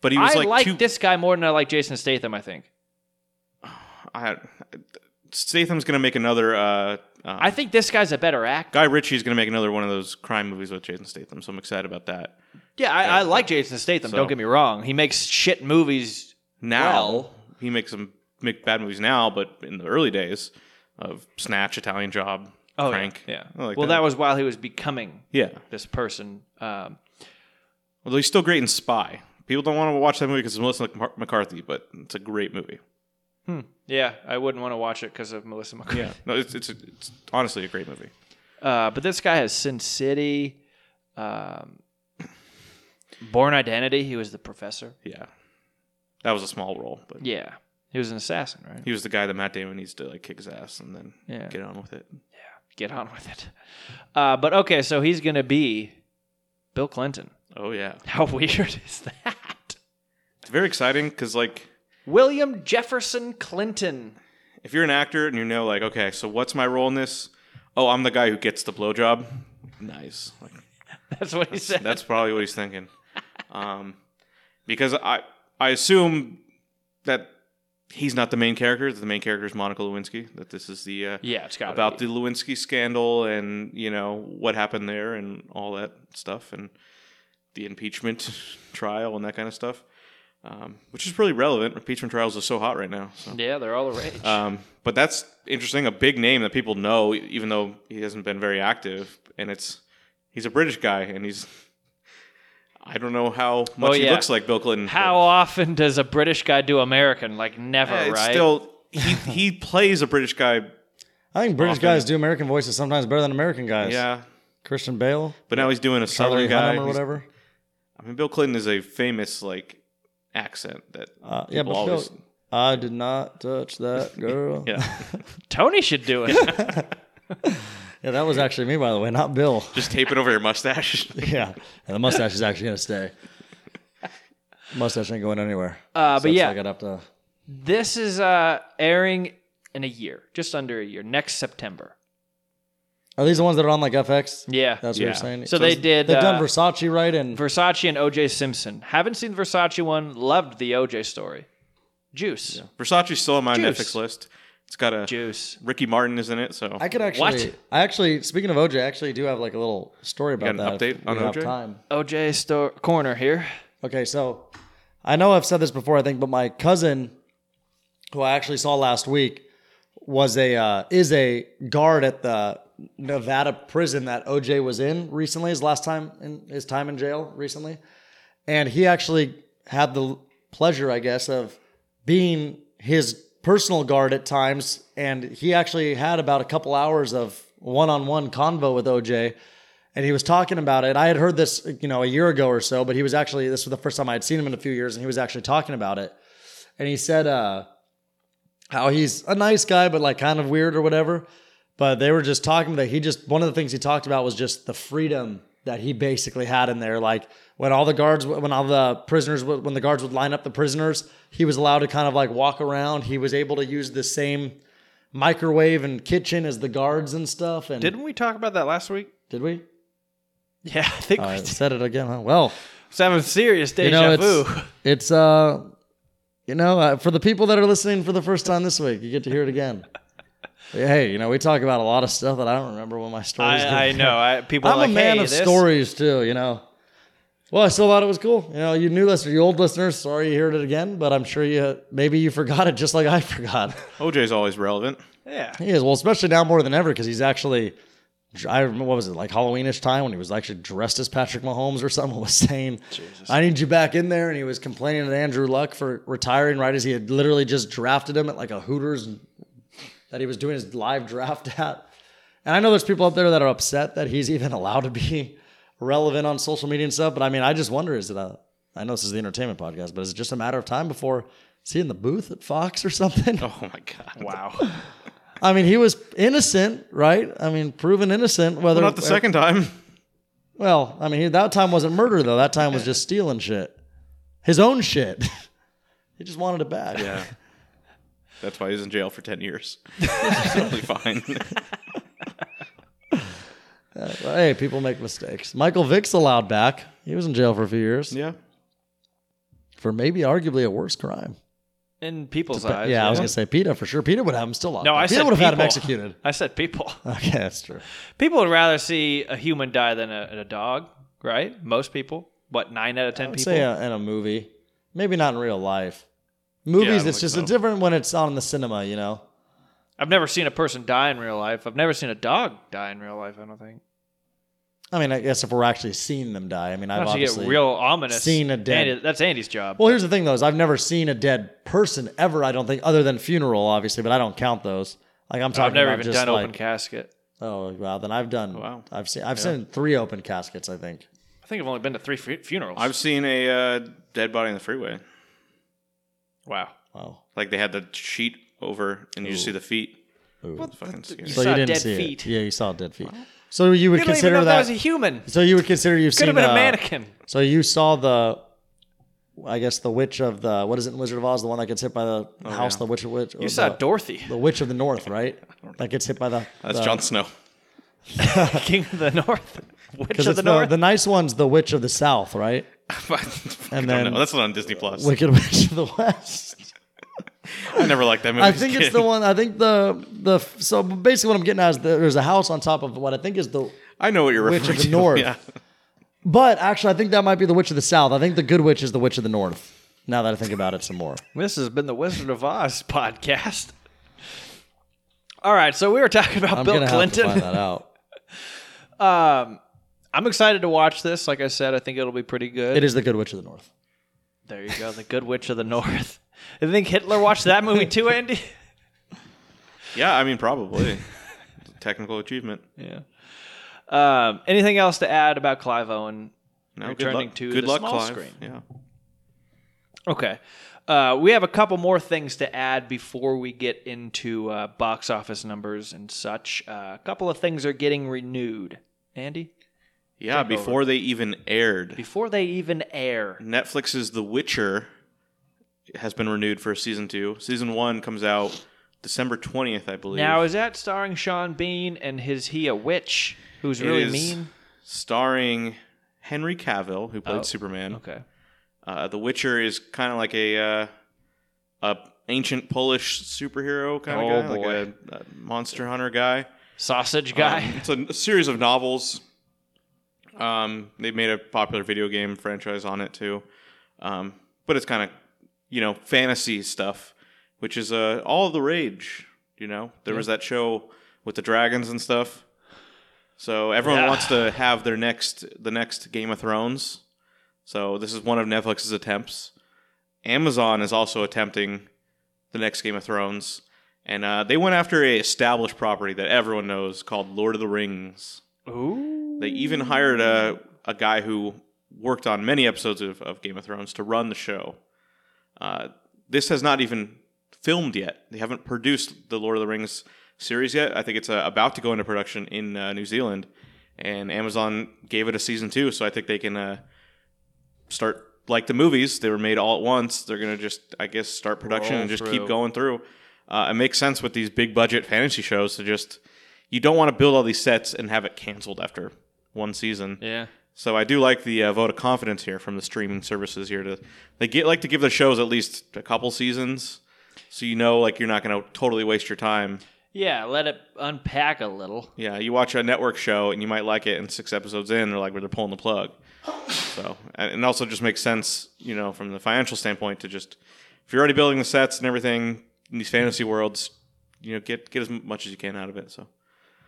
Speaker 4: but he was
Speaker 2: I
Speaker 4: like
Speaker 2: like,
Speaker 4: too.
Speaker 2: this guy more than I like Jason Statham. I think.
Speaker 4: I, Statham's gonna make another. Uh, uh,
Speaker 2: I think this guy's a better actor.
Speaker 4: Guy Ritchie's going to make another one of those crime movies with Jason Statham, so I'm excited about that.
Speaker 2: Yeah, I, I like Jason Statham.
Speaker 4: So-
Speaker 2: Don't get me wrong. He makes shit movies.
Speaker 4: Now
Speaker 2: Well-
Speaker 4: he makes some make bad movies now, but in the early days of Snatch, Italian Job,
Speaker 2: Oh, yeah,
Speaker 4: Crank,
Speaker 2: yeah.
Speaker 4: I like
Speaker 2: well, that. was while he was becoming
Speaker 4: yeah.
Speaker 2: this person. Um,
Speaker 4: Although he's still great in Spy. People don't want to watch that movie because it's Melissa Mac- McCarthy, but it's a great movie.
Speaker 2: yeah, I wouldn't want to watch it because of Melissa McCarthy.
Speaker 4: no, it's it's, it's honestly a great movie.
Speaker 2: Uh, but this guy has Sin City, um, Born Identity. He was the professor.
Speaker 4: Yeah, that was a small role, but
Speaker 2: Yeah, he was an assassin, right?
Speaker 4: he was the guy that Matt Damon needs to like kick his ass and then
Speaker 2: Yeah.
Speaker 4: get on with it.
Speaker 2: Get on with it. Uh, but okay, so he's gonna be Bill Clinton.
Speaker 4: Oh yeah,
Speaker 2: How weird is that?
Speaker 4: it's very exciting because like
Speaker 2: William Jefferson Clinton.
Speaker 4: if you're an actor and you know like okay, so what's my role in this? Oh, I'm the guy who gets the blowjob. Nice. Like,
Speaker 2: That's what he said.
Speaker 4: That's probably what he's thinking. Um, because I I assume that he's not the main character. That the main character is Monica Lewinsky. That this is the uh,
Speaker 2: yeah, it's got
Speaker 4: about the Lewinsky scandal and you know what happened there and all that stuff and the impeachment trial and that kind of stuff, um, which is really relevant. Impeachment trials are so hot right now. So.
Speaker 2: Yeah, they're all the rage.
Speaker 4: Um, but that's interesting. A big name that people know, e, even though he hasn't been very active, and it's he's a British guy, and he's I don't know how much
Speaker 2: Oh,
Speaker 4: he
Speaker 2: yeah.
Speaker 4: looks like Bill Clinton. but-
Speaker 2: How often does a British guy do American? Like never,
Speaker 4: Eh, it's
Speaker 2: right?
Speaker 4: Still, he he plays a British guy.
Speaker 3: I think British
Speaker 4: Often.
Speaker 3: guys do American voices sometimes better than American guys.
Speaker 4: Yeah,
Speaker 3: Christian Bale,
Speaker 4: but now he's doing a Southern
Speaker 3: Charlie
Speaker 4: guy.
Speaker 3: Hunnam or
Speaker 4: He's-
Speaker 3: whatever.
Speaker 4: I mean, Bill Clinton is a famous like accent that
Speaker 3: Uh, yeah,
Speaker 4: people
Speaker 3: but Bill,
Speaker 4: always.
Speaker 3: I did not touch that girl.
Speaker 4: Yeah,
Speaker 2: Tony should do it.
Speaker 3: Yeah, that was actually me, by the way, not Bill.
Speaker 4: just tape it over your mustache.
Speaker 3: Yeah, and the mustache is actually gonna stay. Mustache ain't going anywhere.
Speaker 2: Uh, but
Speaker 3: it's
Speaker 2: yeah.
Speaker 3: like I'd have to.
Speaker 2: this is uh, airing in a year, just under a year, next September.
Speaker 3: Are these the ones that are on like FX?
Speaker 2: Yeah.
Speaker 3: that's what
Speaker 4: Yeah.
Speaker 3: you're saying.
Speaker 2: So they did,
Speaker 3: They've
Speaker 2: uh,
Speaker 3: done Versace right, and
Speaker 2: Versace and OJ Simpson. Haven't seen the Versace one. Loved the OJ story. Juice.
Speaker 4: Versace's still on my
Speaker 2: Juice.
Speaker 4: Netflix list. It's got a
Speaker 2: Juice.
Speaker 4: Ricky Martin is in it, so
Speaker 3: I could actually.
Speaker 2: What?
Speaker 3: I actually, speaking of OJ, I actually do have like a little story about
Speaker 4: got an
Speaker 3: that. if
Speaker 4: update on
Speaker 3: we have
Speaker 4: OJ?
Speaker 3: Time.
Speaker 2: OJ sto- corner here.
Speaker 3: Okay, so I know I've said this before, I think, but my cousin, who I actually saw last week, was a uh, is a guard at the Nevada prison that OJ was in recently. His last time in his time in jail recently, and he actually had the pleasure, I guess, of being his personal guard at times. And he actually had about a couple hours of one-on-one convo with OJ and he was talking about it. I had heard this, you know, a year ago or so, but he was actually this was the first time I had seen him in a few years, and he was actually talking about it. And he said uh, how he's a nice guy, but like kind of weird or whatever. But they were just talking that he just one of the things he talked about was just the freedom that he basically had in there. Like when all the guards, when all the prisoners, would- when the guards would line up the prisoners, he was allowed to kind of like walk around. He was able to use the same microwave and kitchen as the guards and stuff. And
Speaker 2: Didn't we talk about that last week?
Speaker 3: did we?
Speaker 2: Yeah, I think
Speaker 3: I
Speaker 2: we did.
Speaker 3: said it again. Huh? Well,
Speaker 2: It's having serious deja
Speaker 3: Uh, you
Speaker 2: vu.
Speaker 3: know, it's, it's uh, you know, uh, for the people that are listening for the first time this week, you get to hear it again. hey, you know, we talk about a lot of stuff that I don't remember when my stories.
Speaker 2: I, I
Speaker 3: were.
Speaker 2: know. I, people are
Speaker 3: I'm
Speaker 2: like,
Speaker 3: a man
Speaker 2: "Hey,
Speaker 3: of
Speaker 2: this-"
Speaker 3: stories too. You know. Well, I still thought it was cool. You know, you new listeners, you old listeners, sorry you heard it again, but I'm sure you maybe you forgot it just like I forgot.
Speaker 4: OJ's always relevant.
Speaker 2: Yeah.
Speaker 3: He is well, especially now more than ever because he's actually. I remember what was it like Halloweenish time when he was actually dressed as Patrick Mahomes or someone was saying, "I need you back in there," and he was complaining to Andrew Luck for retiring right as he had literally just drafted him at like a Hooters that he was doing his live draft at. And I know there's people out there that are upset that he's even allowed to be relevant on social media and stuff. But I mean, I just wonder is it a, I know this is the entertainment podcast, but is it just a matter of time before is he in the booth at Fox or something?
Speaker 4: Oh my god!
Speaker 2: Wow.
Speaker 3: I mean, he was innocent, right? I mean, proven innocent. Whether
Speaker 4: Not the second time.
Speaker 3: Well, I mean, he, that time wasn't murder though. That time was just stealing shit, his own shit. he just wanted it back.
Speaker 4: Yeah. That's why he's in jail for 10 years. He's totally fine.
Speaker 3: Well, hey, people make mistakes. Michael Vick's allowed back. He was in jail for a few years
Speaker 4: yeah.
Speaker 3: for maybe arguably a worse crime.
Speaker 2: In people's
Speaker 3: But
Speaker 2: eyes.
Speaker 3: yeah, I was gonna say PETA for sure. PETA would have him still locked.
Speaker 2: No,
Speaker 3: up.
Speaker 2: I
Speaker 3: PETA
Speaker 2: said
Speaker 3: would have had him
Speaker 2: people.
Speaker 3: executed.
Speaker 2: I said people.
Speaker 3: Okay, that's true.
Speaker 2: People would rather see a human die than a, a dog, right? Most people. what nine out of ten
Speaker 3: I'd
Speaker 2: people.
Speaker 3: say uh, in a movie, maybe not in real life. Movies,
Speaker 4: don't
Speaker 3: it's
Speaker 4: think
Speaker 3: just
Speaker 4: so.
Speaker 3: it's different when it's on in the cinema, you know.
Speaker 2: I've never seen a person die in real life. I've never seen a dog die in real life. I don't think.
Speaker 3: I mean, I guess if we're actually seeing them die, I mean, I've
Speaker 2: Not to get
Speaker 3: obviously
Speaker 2: real ominous.
Speaker 3: seen a dead-
Speaker 2: Andy- that's Andy's job.
Speaker 3: Well, here's the thing, though, is I've never seen a dead person ever. I don't think, other than funeral, obviously, but I don't count those. Like I'm talking
Speaker 2: I've never
Speaker 3: about
Speaker 2: even
Speaker 3: just
Speaker 2: done
Speaker 3: like,
Speaker 2: open casket.
Speaker 3: oh wow, then I've done.
Speaker 4: Wow.
Speaker 3: I've seen I've seen three open caskets. I think
Speaker 2: I think I've only been to three fu- funerals.
Speaker 4: I've seen a uh, dead body in the freeway.
Speaker 2: wow.
Speaker 3: wow.
Speaker 4: Like they had the sheet over, and you just see the feet.
Speaker 3: Ooh.
Speaker 4: It's fucking scary.
Speaker 2: You saw dead
Speaker 3: see
Speaker 2: feet.
Speaker 3: It. Yeah, you saw dead feet. So you would
Speaker 2: You don't even
Speaker 3: consider
Speaker 2: know if
Speaker 3: that.
Speaker 2: that was a human.
Speaker 3: so you would consider you've
Speaker 2: Could
Speaker 3: seen
Speaker 2: have been a
Speaker 3: uh,
Speaker 2: mannequin.
Speaker 3: So you saw the, I guess the witch of the what is it in Wizard of Oz? The one that gets hit by the house, the witch, witch.
Speaker 2: Oh, You saw
Speaker 3: the,
Speaker 2: Dorothy,
Speaker 3: the witch of the north, right? That gets hit by the.
Speaker 4: That's
Speaker 3: the,
Speaker 4: Jon Snow.
Speaker 2: King of the North, Witch
Speaker 3: Because
Speaker 2: of
Speaker 3: it's
Speaker 2: the
Speaker 3: the,
Speaker 2: North.
Speaker 3: the nice one's the witch of the south, right?
Speaker 4: and
Speaker 3: then-
Speaker 4: then that's not on Disney Plus.
Speaker 3: Wicked witch of the west.
Speaker 4: I never liked that movie.
Speaker 3: I
Speaker 4: as a
Speaker 3: think it's
Speaker 4: kid.
Speaker 3: the one. I think the the so basically what I'm getting at is the, there's a house on top of what I think is the.
Speaker 4: I know what you're
Speaker 3: Witch of
Speaker 4: referring
Speaker 3: the
Speaker 4: to.
Speaker 3: North.
Speaker 4: Yeah.
Speaker 3: But actually, I think that might be the witch of the south. I think the good witch is the witch of the north. Now that I think about it some more,
Speaker 2: This has been the Wizard of Oz podcast. All right, so we were talking about
Speaker 3: I'm
Speaker 2: Bill
Speaker 3: gonna have to
Speaker 2: Clinton.
Speaker 3: find that out.
Speaker 2: Um, I'm excited to watch this. Like I said, I think it'll be pretty good.
Speaker 3: It is the good witch of the north.
Speaker 2: There you go, the Good Witch of the North. I think Hitler watched that movie too, Andy.
Speaker 4: Yeah, I mean, probably. Technical achievement.
Speaker 2: yeah. Um, anything else to add about Clive Owen?
Speaker 4: No,
Speaker 2: Returning
Speaker 4: good luck.
Speaker 2: to
Speaker 4: good
Speaker 2: the
Speaker 4: luck,
Speaker 2: small
Speaker 4: Clive.
Speaker 2: screen.
Speaker 4: Yeah.
Speaker 2: Okay. Uh, we have a couple more things to add before we get into uh, box office numbers and such. Uh, a couple of things are getting renewed. Andy,
Speaker 4: Yeah, before they even aired,
Speaker 2: before they even air,
Speaker 4: Netflix's The Witcher has been renewed for season two. Season one comes out December 20th, I believe.
Speaker 2: Now is that starring Sean Bean and is he a witch who's
Speaker 4: It
Speaker 2: really
Speaker 4: is
Speaker 2: mean?
Speaker 4: Starring Henry Cavill, who played
Speaker 2: Oh,
Speaker 4: Superman.
Speaker 2: Okay.
Speaker 4: Uh, the Witcher is kind of like a uh, a ancient Polish superhero kind of
Speaker 2: Oh,
Speaker 4: guy,
Speaker 2: boy.
Speaker 4: like a, a monster hunter guy.
Speaker 2: Sausage guy.
Speaker 4: Um, it's a, a series of novels. Um, they made a popular video game franchise on it too, um, but it's kind of you know fantasy stuff, which is uh, all the rage. You know, there was that show with the dragons and stuff. So everyone
Speaker 2: Yeah.
Speaker 4: wants to have their next the next Game of Thrones. So this is one of Netflix's attempts. Amazon is also attempting the next Game of Thrones, and uh, they went after a established property that everyone knows called Lord of the Rings.
Speaker 2: Ooh.
Speaker 4: They even hired a a guy who worked on many episodes of, of Game of Thrones to run the show. Uh, this has not even filmed yet. They haven't produced the Lord of the Rings series yet. I think it's uh, about to go into production in uh, New Zealand, and Amazon gave it a season two, so I think they can uh, start like the movies. They were made all at once. They're gonna just, I guess, start production
Speaker 2: Roll
Speaker 4: and just
Speaker 2: through.
Speaker 4: keep going through. Uh, it makes sense with these big budget fantasy shows to just you don't want to build all these sets and have it canceled after one season.
Speaker 2: Yeah.
Speaker 4: So I do like the uh, vote of confidence here from the streaming services here to they get like to give their shows at least a couple seasons, so you know like you're not going to totally waste your time.
Speaker 2: Yeah, let it unpack a little.
Speaker 4: Yeah, you watch a network show and you might like it, and six episodes in, they're like where they're pulling the plug. So and and also just makes sense, you know, from the financial standpoint to just if you're already building the sets and everything in these fantasy worlds, you know, get get as much as you can out of it. So.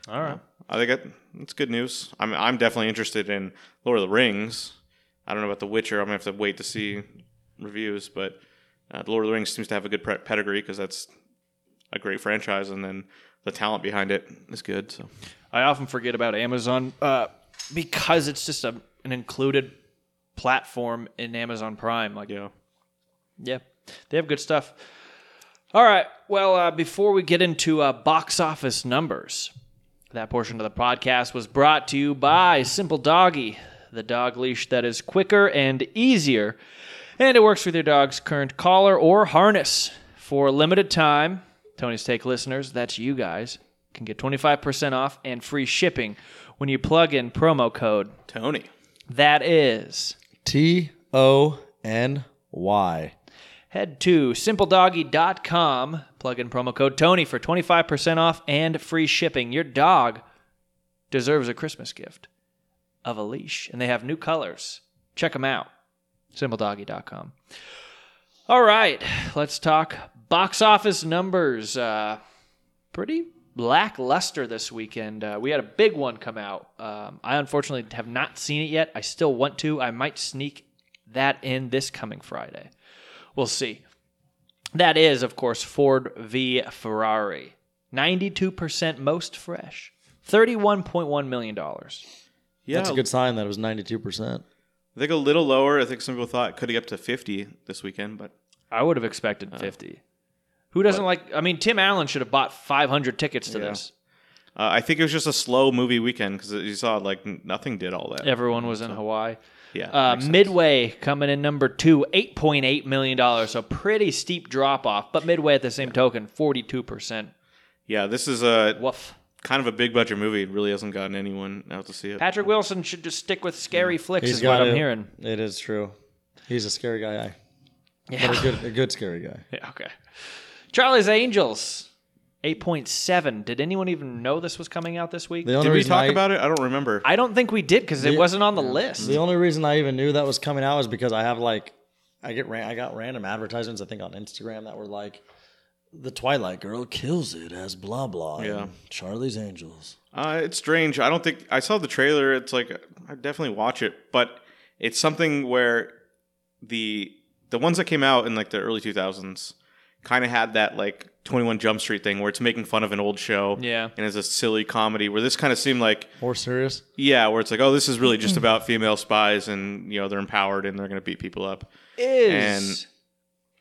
Speaker 2: All right.
Speaker 4: I think that- that's good news. I'm I'm definitely interested in Lord of the Rings. I don't know about The Witcher. I'm gonna have to wait to see reviews, but uh, The Lord of the Rings seems to have a good pre- pedigree because that's a great franchise, and then the talent behind it is good. So
Speaker 2: I often forget about Amazon uh, because it's just a, an included platform in Amazon Prime. Like,
Speaker 4: yeah,
Speaker 2: Yeah, they have good stuff. All right. Well, uh, before we get into uh, box office numbers, that portion of the podcast was brought to you by Simple Doggy, the dog leash that is quicker and easier, and it works with your dog's current collar or harness for a limited time. Tony's Take listeners, that's you guys, can get 25% off and free shipping when you plug in promo code.
Speaker 4: Tony.
Speaker 2: That is
Speaker 3: T O N Y.
Speaker 2: Head to simpledoggy.com, plug in promo code Tony for 25% off and free shipping. Your dog deserves a Christmas gift of a leash, and they have new colors Check them out. Simpledoggy.com. All right, let's talk box office numbers. Uh, pretty lackluster this weekend. Uh, we had a big one come out. Um, I unfortunately have not seen it yet. I still want to. I might sneak that in this coming Friday. We'll see. That is, of course, Ford v Ferrari. 92% most fresh. $31.1 million.
Speaker 4: Yeah,
Speaker 3: That's a good sign that it was 92%.
Speaker 4: I think a little lower. I think some people thought it could get up to 50 this weekend, but
Speaker 2: I would have expected 50. Who doesn't like, I mean, Tim Allen should have bought 500 tickets to
Speaker 4: Yeah.
Speaker 2: this.
Speaker 4: uh, I think it was just a slow movie weekend because you saw like n- nothing did all that.
Speaker 2: Everyone was in Hawaii.
Speaker 4: Yeah,
Speaker 3: Um,
Speaker 2: Uh,
Speaker 4: makes sense.
Speaker 2: Midway coming in number two, eight point eight million dollars. So pretty steep drop off. But Midway, at the same token, forty two percent.
Speaker 4: yeah, this is a
Speaker 2: Woof.
Speaker 4: kind of a big budget movie. It really hasn't gotten anyone out to see it.
Speaker 2: Patrick Wilson should just stick with scary flicks,
Speaker 3: He's
Speaker 2: is what
Speaker 3: got
Speaker 2: I'm
Speaker 3: it.
Speaker 2: hearing.
Speaker 3: It is true. He's a scary guy, I- but a
Speaker 2: Yeah.
Speaker 3: good, a good scary guy.
Speaker 2: yeah. Okay. Charlie's Angels, eight point seven. Did anyone even know this was coming out this week?
Speaker 3: The only
Speaker 4: Did we
Speaker 3: reason
Speaker 4: talk
Speaker 3: I,
Speaker 4: about it? I don't remember.
Speaker 2: I don't think we did because it
Speaker 3: The-
Speaker 2: wasn't on the list.
Speaker 3: The only reason I even knew that was coming out is because I have like I get ran, I got random advertisements I think on Instagram that were like the Twilight girl kills it as blah blah. in
Speaker 4: Yeah.
Speaker 3: Charlie's Angels.
Speaker 4: Uh, it's strange. I don't think I saw the trailer. It's like I definitely watch it, but it's something where the the ones that came out in like the early two thousands kind of had that like Twenty One Jump Street thing where it's making fun of an old show,
Speaker 2: Yeah.
Speaker 4: and it's a silly comedy. Where this kind of seemed like
Speaker 3: More serious?
Speaker 4: yeah, where it's like oh, this is really
Speaker 2: Mm-hmm.
Speaker 4: just about female spies and you know they're empowered and they're gonna beat people up.
Speaker 2: Is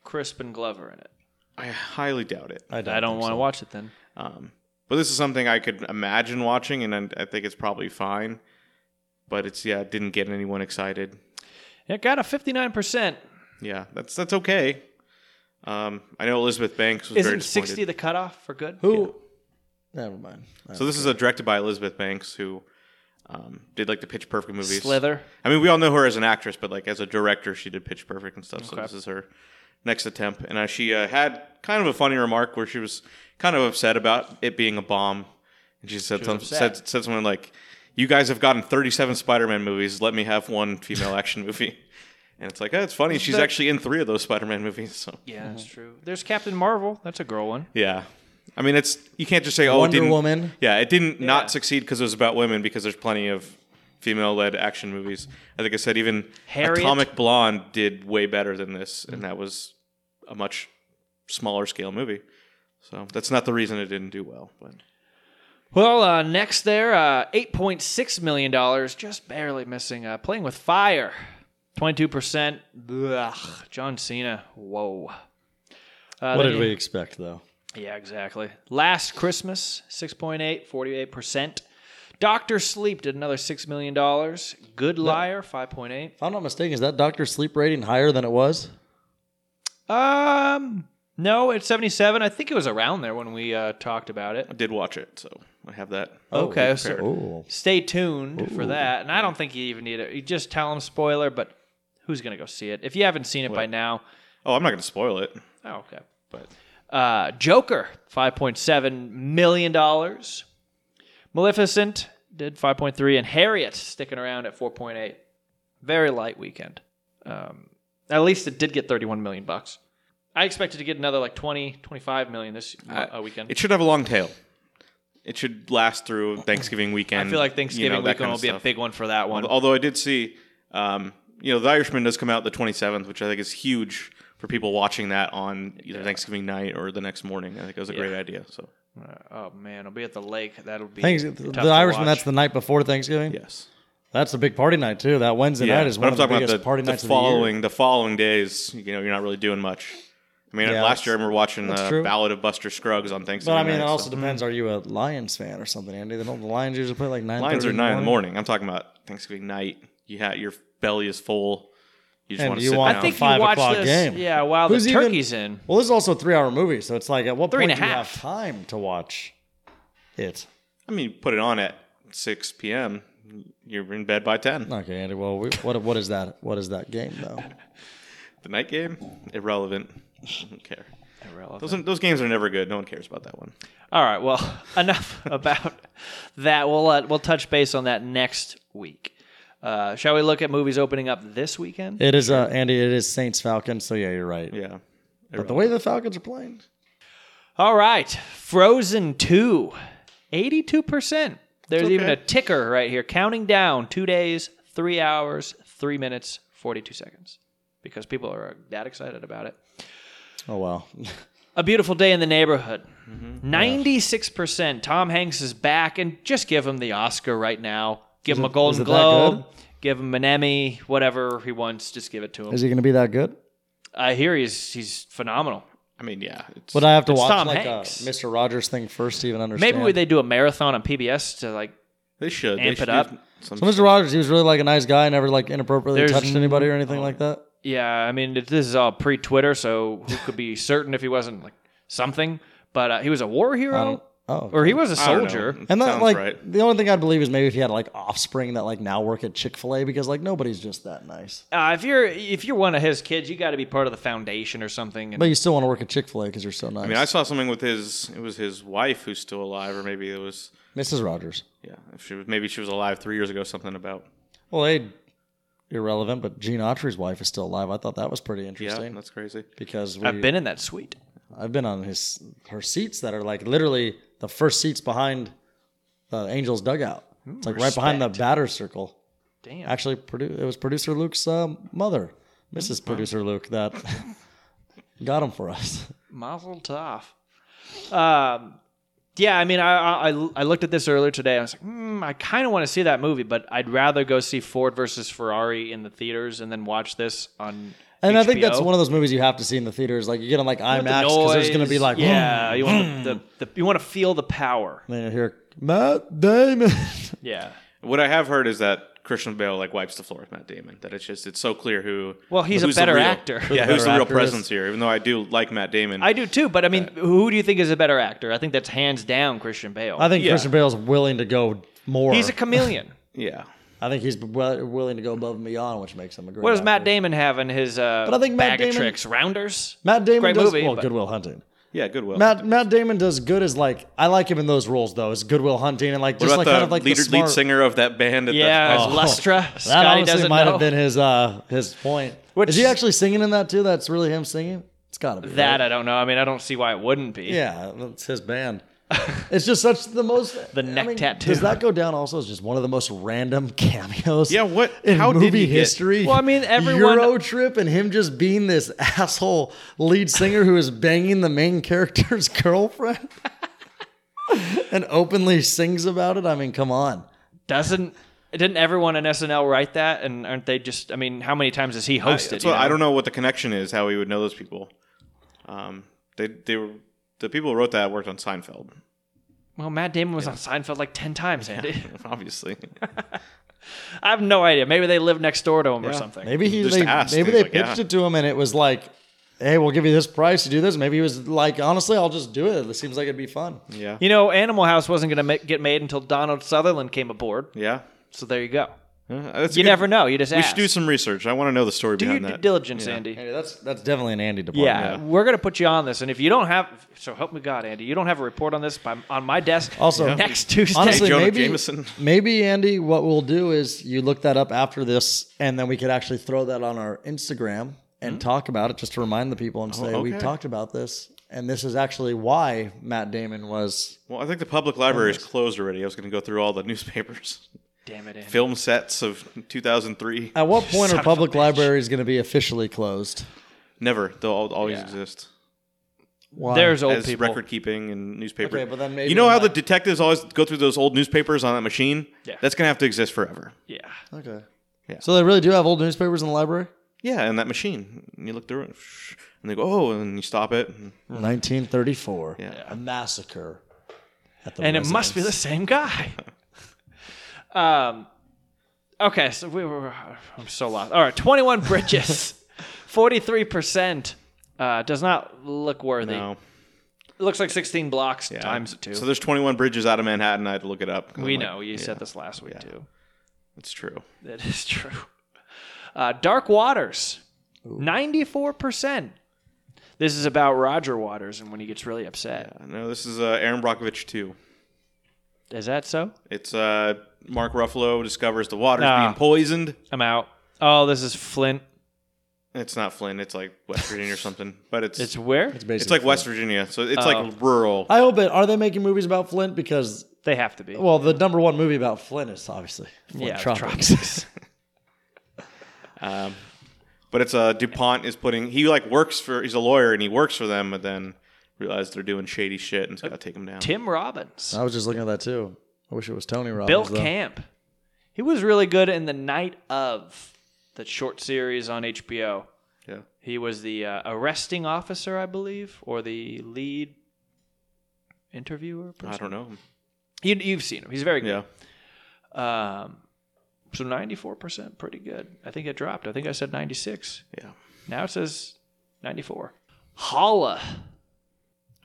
Speaker 2: Crispin Glover in it?
Speaker 4: I highly doubt it.
Speaker 2: I don't want
Speaker 3: think
Speaker 2: to
Speaker 3: so.
Speaker 2: watch it then.
Speaker 4: Um, but this is something I could imagine watching, and I- I think it's probably fine. But it's yeah, it didn't get anyone excited.
Speaker 2: It got a fifty nine percent.
Speaker 4: Yeah, that's that's okay. Um, I know Elizabeth Banks was very
Speaker 2: Isn't
Speaker 4: disappointed.
Speaker 2: sixty the cutoff for good?
Speaker 3: Who? Never mind.
Speaker 4: so this is a directed by Elizabeth Banks who um, did like the Pitch Perfect movies.
Speaker 2: Slither.
Speaker 4: I mean, we all know her as an actress, but like as a director, she did Pitch Perfect and stuff. So
Speaker 2: Okay.
Speaker 4: this is her next attempt, and uh, she uh, had kind of a funny remark where she was kind of upset about it being a bomb, and she said some,
Speaker 2: upset.
Speaker 4: said said something like, "You guys have gotten 37 Spider-Man movies. Let me have one female action movie." And it's like, oh, it's funny. She's
Speaker 2: that-
Speaker 4: actually in three of those Spider-Man movies. So
Speaker 2: Yeah, that's true. Mm-hmm. There's Captain Marvel. That's a girl one.
Speaker 4: Yeah. I mean, it's you can't just say oh, it
Speaker 3: Wonder
Speaker 4: didn't,
Speaker 3: Woman.
Speaker 4: Yeah, it didn't
Speaker 2: Yeah.
Speaker 4: not succeed because it was about women because there's plenty of female-led action movies. I think I said even
Speaker 2: Harriet.
Speaker 4: Atomic Blonde did way better than this, and that was a much smaller scale movie. So that's not the reason it didn't do well. But
Speaker 2: Well, uh, next there, uh, $8.6 million, just barely missing. Uh, playing with Fire, 22%. Ugh, John Cena, whoa. Uh,
Speaker 3: What
Speaker 2: then
Speaker 3: did
Speaker 2: you-
Speaker 3: we expect though?
Speaker 2: Yeah, exactly. Last Christmas, 6.8, 48%. Doctor Sleep did another $6 million. Good Liar, 5.8.
Speaker 3: If I'm not mistaken, is that Doctor Sleep rating higher than it was?
Speaker 2: Um, no, it's 77. I think it was around there when we uh, talked about it.
Speaker 4: I did watch it, so I have that.
Speaker 2: Okay,
Speaker 3: Oh, we
Speaker 2: so-
Speaker 3: prepared. Ooh.
Speaker 2: stay tuned for that. And I don't think you even need it. You just tell them spoiler, but who's gonna go see it? If you haven't seen it by now,
Speaker 4: Oh, I'm not going to spoil it.
Speaker 2: oh okay.
Speaker 4: But
Speaker 2: Uh, Joker, five point seven million dollars. Maleficent did five point three, and Harriet sticking around at four point eight. Very light weekend. Um, at least it did get thirty one million bucks. I expected to get another like 20, 25 million this uh,
Speaker 4: I-
Speaker 2: weekend.
Speaker 4: it should have a long tail. It should last through Thanksgiving weekend.
Speaker 2: I feel like
Speaker 4: you know,
Speaker 2: Thanksgiving
Speaker 4: that
Speaker 2: weekend
Speaker 4: kind of
Speaker 2: will be a
Speaker 4: stuff.
Speaker 2: big one for that one.
Speaker 4: Although I did see, um, you know, The Irishman does come out the 27th, which I think is huge for people watching that on either Thanksgiving night or the next morning. I think it was a great idea. So
Speaker 2: oh man, I'll be at the lake. That'll be
Speaker 3: Thanks,
Speaker 2: tough
Speaker 3: the
Speaker 2: to
Speaker 3: Irishman.
Speaker 2: watch.
Speaker 3: That's the night before Thanksgiving.
Speaker 4: yes,
Speaker 3: That's a big party night too. That Wednesday night is
Speaker 4: but
Speaker 3: one
Speaker 4: I'm
Speaker 3: of the
Speaker 4: talking
Speaker 3: biggest
Speaker 4: about the,
Speaker 3: party
Speaker 4: the
Speaker 3: nights of the year.
Speaker 4: following the following days. You know, you're not really doing much. I mean,
Speaker 3: Yeah,
Speaker 4: last
Speaker 3: that's-
Speaker 4: year I remember watching
Speaker 3: that's
Speaker 4: the
Speaker 3: true.
Speaker 4: Ballad of Buster Scruggs on Thanksgiving.
Speaker 3: But I mean, it
Speaker 4: night,
Speaker 3: also
Speaker 4: so-
Speaker 3: depends.
Speaker 2: Hmm.
Speaker 3: Are you a Lions fan or something, Andy? Then don't the Lions usually play like nine?
Speaker 4: Mm. Lines
Speaker 3: 30
Speaker 4: are nine in the morning. I'm talking about Thanksgiving night. You had your belly is full. You just
Speaker 3: And
Speaker 4: want to
Speaker 3: you
Speaker 4: sit
Speaker 3: want
Speaker 4: down.
Speaker 2: I think you
Speaker 3: five
Speaker 2: watch
Speaker 3: o'clock
Speaker 2: this.
Speaker 3: game.
Speaker 2: Yeah, while
Speaker 3: Who's
Speaker 2: the
Speaker 3: even-
Speaker 2: turkey's in.
Speaker 3: Well, this is also a three-hour movie, so it's like at what
Speaker 2: Three
Speaker 3: point
Speaker 2: and a
Speaker 3: do you
Speaker 2: half.
Speaker 3: have time to watch it?
Speaker 4: I mean, put it on at 6 p.m. You're in bed by 10.
Speaker 3: Okay, Andy. Well, we, what what is that? What is that game though?
Speaker 4: The night game? Irrelevant. I don't care. Those, those games are never good. No one cares about that one.
Speaker 2: All right. Well, enough about that. We'll uh, we'll touch base on that next week. Uh, shall we look at movies opening up this weekend?
Speaker 3: It is uh, Andy. It is Saints Falcons. So yeah, you're right.
Speaker 4: Yeah.
Speaker 3: But the way the Falcons are playing,
Speaker 2: All right, Frozen 2, 82%. There's even a
Speaker 4: okay.
Speaker 2: ticker right here counting down two days, three hours, three minutes, 42 seconds because people are that excited about it.
Speaker 3: oh well.
Speaker 2: A Beautiful Day in the Neighborhood,
Speaker 3: Mm-hmm.
Speaker 2: 96%. Tom Hanks is back, and just give him the Oscar right now. Give him a Golden
Speaker 3: it that
Speaker 2: Globe, give him an Emmy, whatever he wants, just give it to him.
Speaker 3: is he going to be that good?
Speaker 2: I hear he's, he's phenomenal.
Speaker 4: I mean, yeah. It's,
Speaker 3: Would I have to
Speaker 2: It's
Speaker 3: watch
Speaker 2: Tom
Speaker 3: like
Speaker 2: Hanks.
Speaker 3: a Mr. Rogers thing first to even understand?
Speaker 2: Maybe would they do a marathon on PBS to like
Speaker 4: they should.
Speaker 2: amp it
Speaker 4: they should
Speaker 2: up.
Speaker 4: do Some
Speaker 3: So Mr. Rogers, he was really like a nice guy, never like inappropriately
Speaker 2: There's
Speaker 3: touched anybody or anything like that.
Speaker 2: Yeah, I mean, it- this is all pre Twitter, so who could be certain if he wasn't like something? But uh, he was a war
Speaker 3: I don't-
Speaker 2: hero,
Speaker 3: Oh,
Speaker 2: or
Speaker 3: okay.
Speaker 2: he was a
Speaker 4: I don't know.
Speaker 2: soldier.
Speaker 4: It
Speaker 3: and that
Speaker 4: sounds
Speaker 3: like
Speaker 4: right.
Speaker 3: the only thing I'd believe is maybe if he had like offspring that like now work at Chick Fil A because like nobody's just that nice.
Speaker 2: Uh, if you're if you're one of his kids, you got to be part of the foundation or something. And
Speaker 3: But you still want to work at Chick Fil A because you're so nice.
Speaker 4: I mean, I saw something with his. It was his wife who's still alive, or maybe it was.
Speaker 3: Mrs. Rogers.
Speaker 4: Yeah, if she was, maybe she was alive three years ago. Something about.
Speaker 3: Well, they irrelevant, but Gene Autry's wife is still alive. I thought that was pretty
Speaker 4: Yeah,
Speaker 3: interesting
Speaker 4: that's crazy.
Speaker 3: because we,
Speaker 2: I've been in that suite.
Speaker 3: I've been on his her seats that are like literally the first seats behind the Angels dugout.
Speaker 4: Hmm,
Speaker 3: It's like right behind the batter circle.
Speaker 2: Damn.
Speaker 3: Actually, produ- it was producer Luke's uh, mother,
Speaker 4: Hmm,
Speaker 3: Mrs. Producer Luke, that got him for us.
Speaker 2: Mazel tov. Um, yeah, I mean, I, I I looked at this earlier today. I was like, hmm, I kind of want to see that movie, but I'd rather go see Ford versus Ferrari in the theaters and then watch this on.
Speaker 3: And I think that's
Speaker 2: HBO.
Speaker 3: one of those movies you have to see in the theaters. Like you get on like IMAX
Speaker 2: the
Speaker 3: because there's going to be
Speaker 2: noise.
Speaker 3: like hmm.
Speaker 2: yeah, you want the, the, the you want to feel the power.
Speaker 3: And then you hear Matt Damon.
Speaker 2: Yeah.
Speaker 4: What I have heard is that Christian Bale like wipes the floor with Matt Damon. That it's just it's so clear who.
Speaker 2: Well, he's a
Speaker 4: who's the
Speaker 2: better
Speaker 4: real-
Speaker 2: actor. Who the
Speaker 4: Yeah, who's the
Speaker 3: better
Speaker 4: real
Speaker 3: actor is.
Speaker 4: presence here? Even though I do like Matt Damon,
Speaker 2: I do too, but I mean, who do you think is a better actor? I think that's hands down Christian Bale.
Speaker 3: I think
Speaker 4: Yeah.
Speaker 3: Christian Bale's willing to go more.
Speaker 2: he's a chameleon.
Speaker 4: yeah.
Speaker 3: I think he's well, willing to go above and beyond, which makes him a great.
Speaker 2: what does
Speaker 3: actor.
Speaker 2: Matt Damon have in his uh,
Speaker 3: But I think Matt
Speaker 2: bag of
Speaker 3: Damon-
Speaker 2: tricks? Rounders.
Speaker 3: Matt Damon
Speaker 2: Great
Speaker 3: does
Speaker 2: movie,
Speaker 3: well.
Speaker 2: but-
Speaker 3: Goodwill Hunting.
Speaker 4: Yeah, Goodwill.
Speaker 3: Matt Matt Damon does good as like I like him in those roles though. As Goodwill Hunting and like
Speaker 4: what
Speaker 3: just
Speaker 4: about
Speaker 3: like
Speaker 4: the
Speaker 3: kind of like
Speaker 4: leader,
Speaker 3: the smart, Oh.
Speaker 4: lead singer of that band? At
Speaker 2: Yeah,
Speaker 4: the,
Speaker 2: it's Lustra.
Speaker 3: That
Speaker 2: Scotty
Speaker 3: honestly
Speaker 2: doesn't
Speaker 3: might
Speaker 2: know.
Speaker 3: have been his uh his point.
Speaker 2: Which-
Speaker 3: Is he actually singing in that too? That's really him singing. It's gotta be
Speaker 2: that.
Speaker 3: right?
Speaker 2: I don't know. I mean, I don't see why it wouldn't be.
Speaker 3: yeah, that's his band. it's just such the most
Speaker 2: The neck tattoo.
Speaker 3: Does that go down also as just one of the most random cameos?
Speaker 4: Yeah, what-
Speaker 3: in
Speaker 4: how did
Speaker 3: movie
Speaker 4: he get-
Speaker 3: history?
Speaker 2: Well, I mean, everyone-
Speaker 3: Euro trip and him just being this asshole lead singer who is banging the main character's girlfriend and openly sings about it. I mean, come on.
Speaker 2: Doesn't didn't everyone in SNL write that? And aren't they just? I mean, how many times has he
Speaker 4: I,
Speaker 2: hosted?
Speaker 4: that's
Speaker 2: you
Speaker 4: what, I
Speaker 2: know?
Speaker 4: don't know what the connection is. How we would know those people? Um, they they were the people who wrote that worked on Seinfeld,
Speaker 2: Well, Matt Damon was on Seinfeld like ten times, Andy.
Speaker 4: obviously.
Speaker 2: I have no idea. Maybe they live next door to him or
Speaker 4: Yeah.
Speaker 2: something.
Speaker 3: Maybe he
Speaker 4: Just
Speaker 3: they,
Speaker 4: asked,
Speaker 3: maybe
Speaker 4: he's
Speaker 3: they
Speaker 4: like,
Speaker 3: pitched
Speaker 4: "Yeah."
Speaker 3: it to him and it was like, hey, we'll give you this price to do this. Maybe he was like, honestly, I'll just do it. It seems like it'd be fun.
Speaker 4: yeah,
Speaker 2: You know, Animal House wasn't going to ma- get made until Donald Sutherland came aboard.
Speaker 4: yeah.
Speaker 2: So there you go.
Speaker 4: Yeah, that's a
Speaker 2: You
Speaker 4: good-
Speaker 2: never know. You just
Speaker 4: We
Speaker 2: ask.
Speaker 4: should do some research. I want to know the story
Speaker 2: Do your
Speaker 4: behind
Speaker 2: due
Speaker 4: that.
Speaker 2: diligence, Andy.
Speaker 3: Andy, that's that's definitely an Andy department.
Speaker 2: Yeah, we're going to put you on this, and if you don't have, so help me God, Andy, you don't have a report on this by, on my desk
Speaker 3: Also-
Speaker 2: next Tuesday.
Speaker 3: Honestly,
Speaker 4: Jonah
Speaker 3: maybe
Speaker 4: Jameson.
Speaker 3: maybe Andy, what we'll do is you look that up after this, and then we could actually throw that on our Instagram
Speaker 2: Hmm?
Speaker 3: and talk about it, just to remind the people and
Speaker 2: Oh,
Speaker 3: say we
Speaker 4: okay.
Speaker 3: talked about this, and this is actually why Matt Damon was.
Speaker 4: Well, I think the public library is closed already. I was going to go through all the newspapers,
Speaker 2: damn it, Andy.
Speaker 4: film sets of 2003.
Speaker 2: Uh,
Speaker 3: At what point
Speaker 2: Son of
Speaker 3: are
Speaker 2: a
Speaker 3: public
Speaker 2: bitch.
Speaker 3: libraries going to be officially closed?
Speaker 4: Never. They'll al- always
Speaker 2: Yeah.
Speaker 4: exist
Speaker 3: Why?
Speaker 2: There's old
Speaker 4: as
Speaker 2: people.
Speaker 4: record keeping and newspaper.
Speaker 3: Okay, but then maybe
Speaker 4: you know how the
Speaker 3: like-
Speaker 4: detectives always go through those old newspapers on that machine?
Speaker 2: Yeah.
Speaker 4: That's going to have to exist forever.
Speaker 2: Yeah,
Speaker 3: okay.
Speaker 4: Yeah.
Speaker 3: So they really do have old newspapers in the library.
Speaker 4: Yeah, and that machine. And you look through it, shh, and they go, oh, and you stop it. and-
Speaker 2: Hmm.
Speaker 3: 1934.
Speaker 4: Yeah.
Speaker 3: A massacre. At the
Speaker 2: and it must be the same guy. um, okay, so we were. I'm so lost. All right, 21 bridges, 43 percent. Uh, does not look worthy.
Speaker 4: no.
Speaker 2: It looks like 16 blocks
Speaker 4: Yeah.
Speaker 2: times two.
Speaker 4: So there's 21 bridges out of Manhattan. I had to look it up. 'cause
Speaker 2: we
Speaker 4: I'm like,
Speaker 2: know you
Speaker 4: yeah,
Speaker 2: said this last week too.
Speaker 4: It's true.
Speaker 2: That is true. Uh, Dark Waters, ninety-four percent. This is about Roger Waters and when he gets really upset.
Speaker 4: No, this is uh, Aaron Brockovich too.
Speaker 2: Is that so?
Speaker 4: It's uh, Mark Ruffalo discovers the water's
Speaker 2: Ah.
Speaker 4: being poisoned.
Speaker 2: I'm out. Oh, this is Flint.
Speaker 4: It's not Flynn. It's like West Virginia or something. But it's
Speaker 2: It's
Speaker 4: it's,
Speaker 2: where
Speaker 3: It's basically
Speaker 4: like
Speaker 3: Flint.
Speaker 4: West Virginia, so it's
Speaker 2: Oh.
Speaker 4: like rural.
Speaker 3: I hope it. Are they making movies about Flint? Because
Speaker 2: they have to be.
Speaker 3: well, the number one movie about Flint is obviously Flint
Speaker 2: yeah,
Speaker 3: Tropics.
Speaker 2: tropics.
Speaker 4: Um, but it's uh, Dupont is putting. He like works for. He's a lawyer and he works for them, but then realized they're doing shady shit and has got to take him down.
Speaker 2: Uh, Tim Robbins,
Speaker 3: I was just looking at that too. I wish it Oh, was uh, Tony Robbins.
Speaker 2: Bill
Speaker 3: though.
Speaker 2: Camp. He was really good in the Night of, that short series on HBO.
Speaker 4: Yeah.
Speaker 2: He was the uh, arresting officer, I believe, or the lead interviewer. Person.
Speaker 4: I don't know.
Speaker 2: You, you've seen him. He's very good.
Speaker 4: Yeah,
Speaker 2: Um, so 94%, pretty good. I think it dropped. I think I said 96.
Speaker 4: yeah.
Speaker 2: Now it says 94. Holla.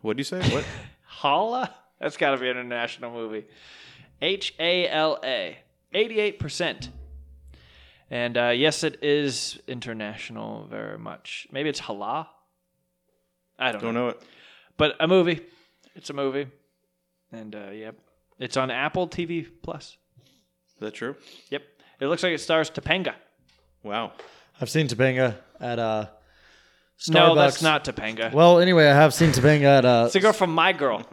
Speaker 4: What do you say? What?
Speaker 2: Holla? That's got to be an international movie. H A L A. 88%. And uh, yes, it is international very much. Maybe it's Hala? I don't,
Speaker 4: don't
Speaker 2: know.
Speaker 4: know it.
Speaker 2: But a movie. It's a movie. And uh, yep. It's on Apple TV Plus.
Speaker 4: Is that true?
Speaker 2: Yep. It looks like it stars Topanga.
Speaker 4: Wow.
Speaker 3: I've seen Topanga at uh, Starbucks.
Speaker 2: No, that's not Topanga.
Speaker 3: Well, anyway, I have seen Topanga at uh,
Speaker 2: It's a girl from My Girl.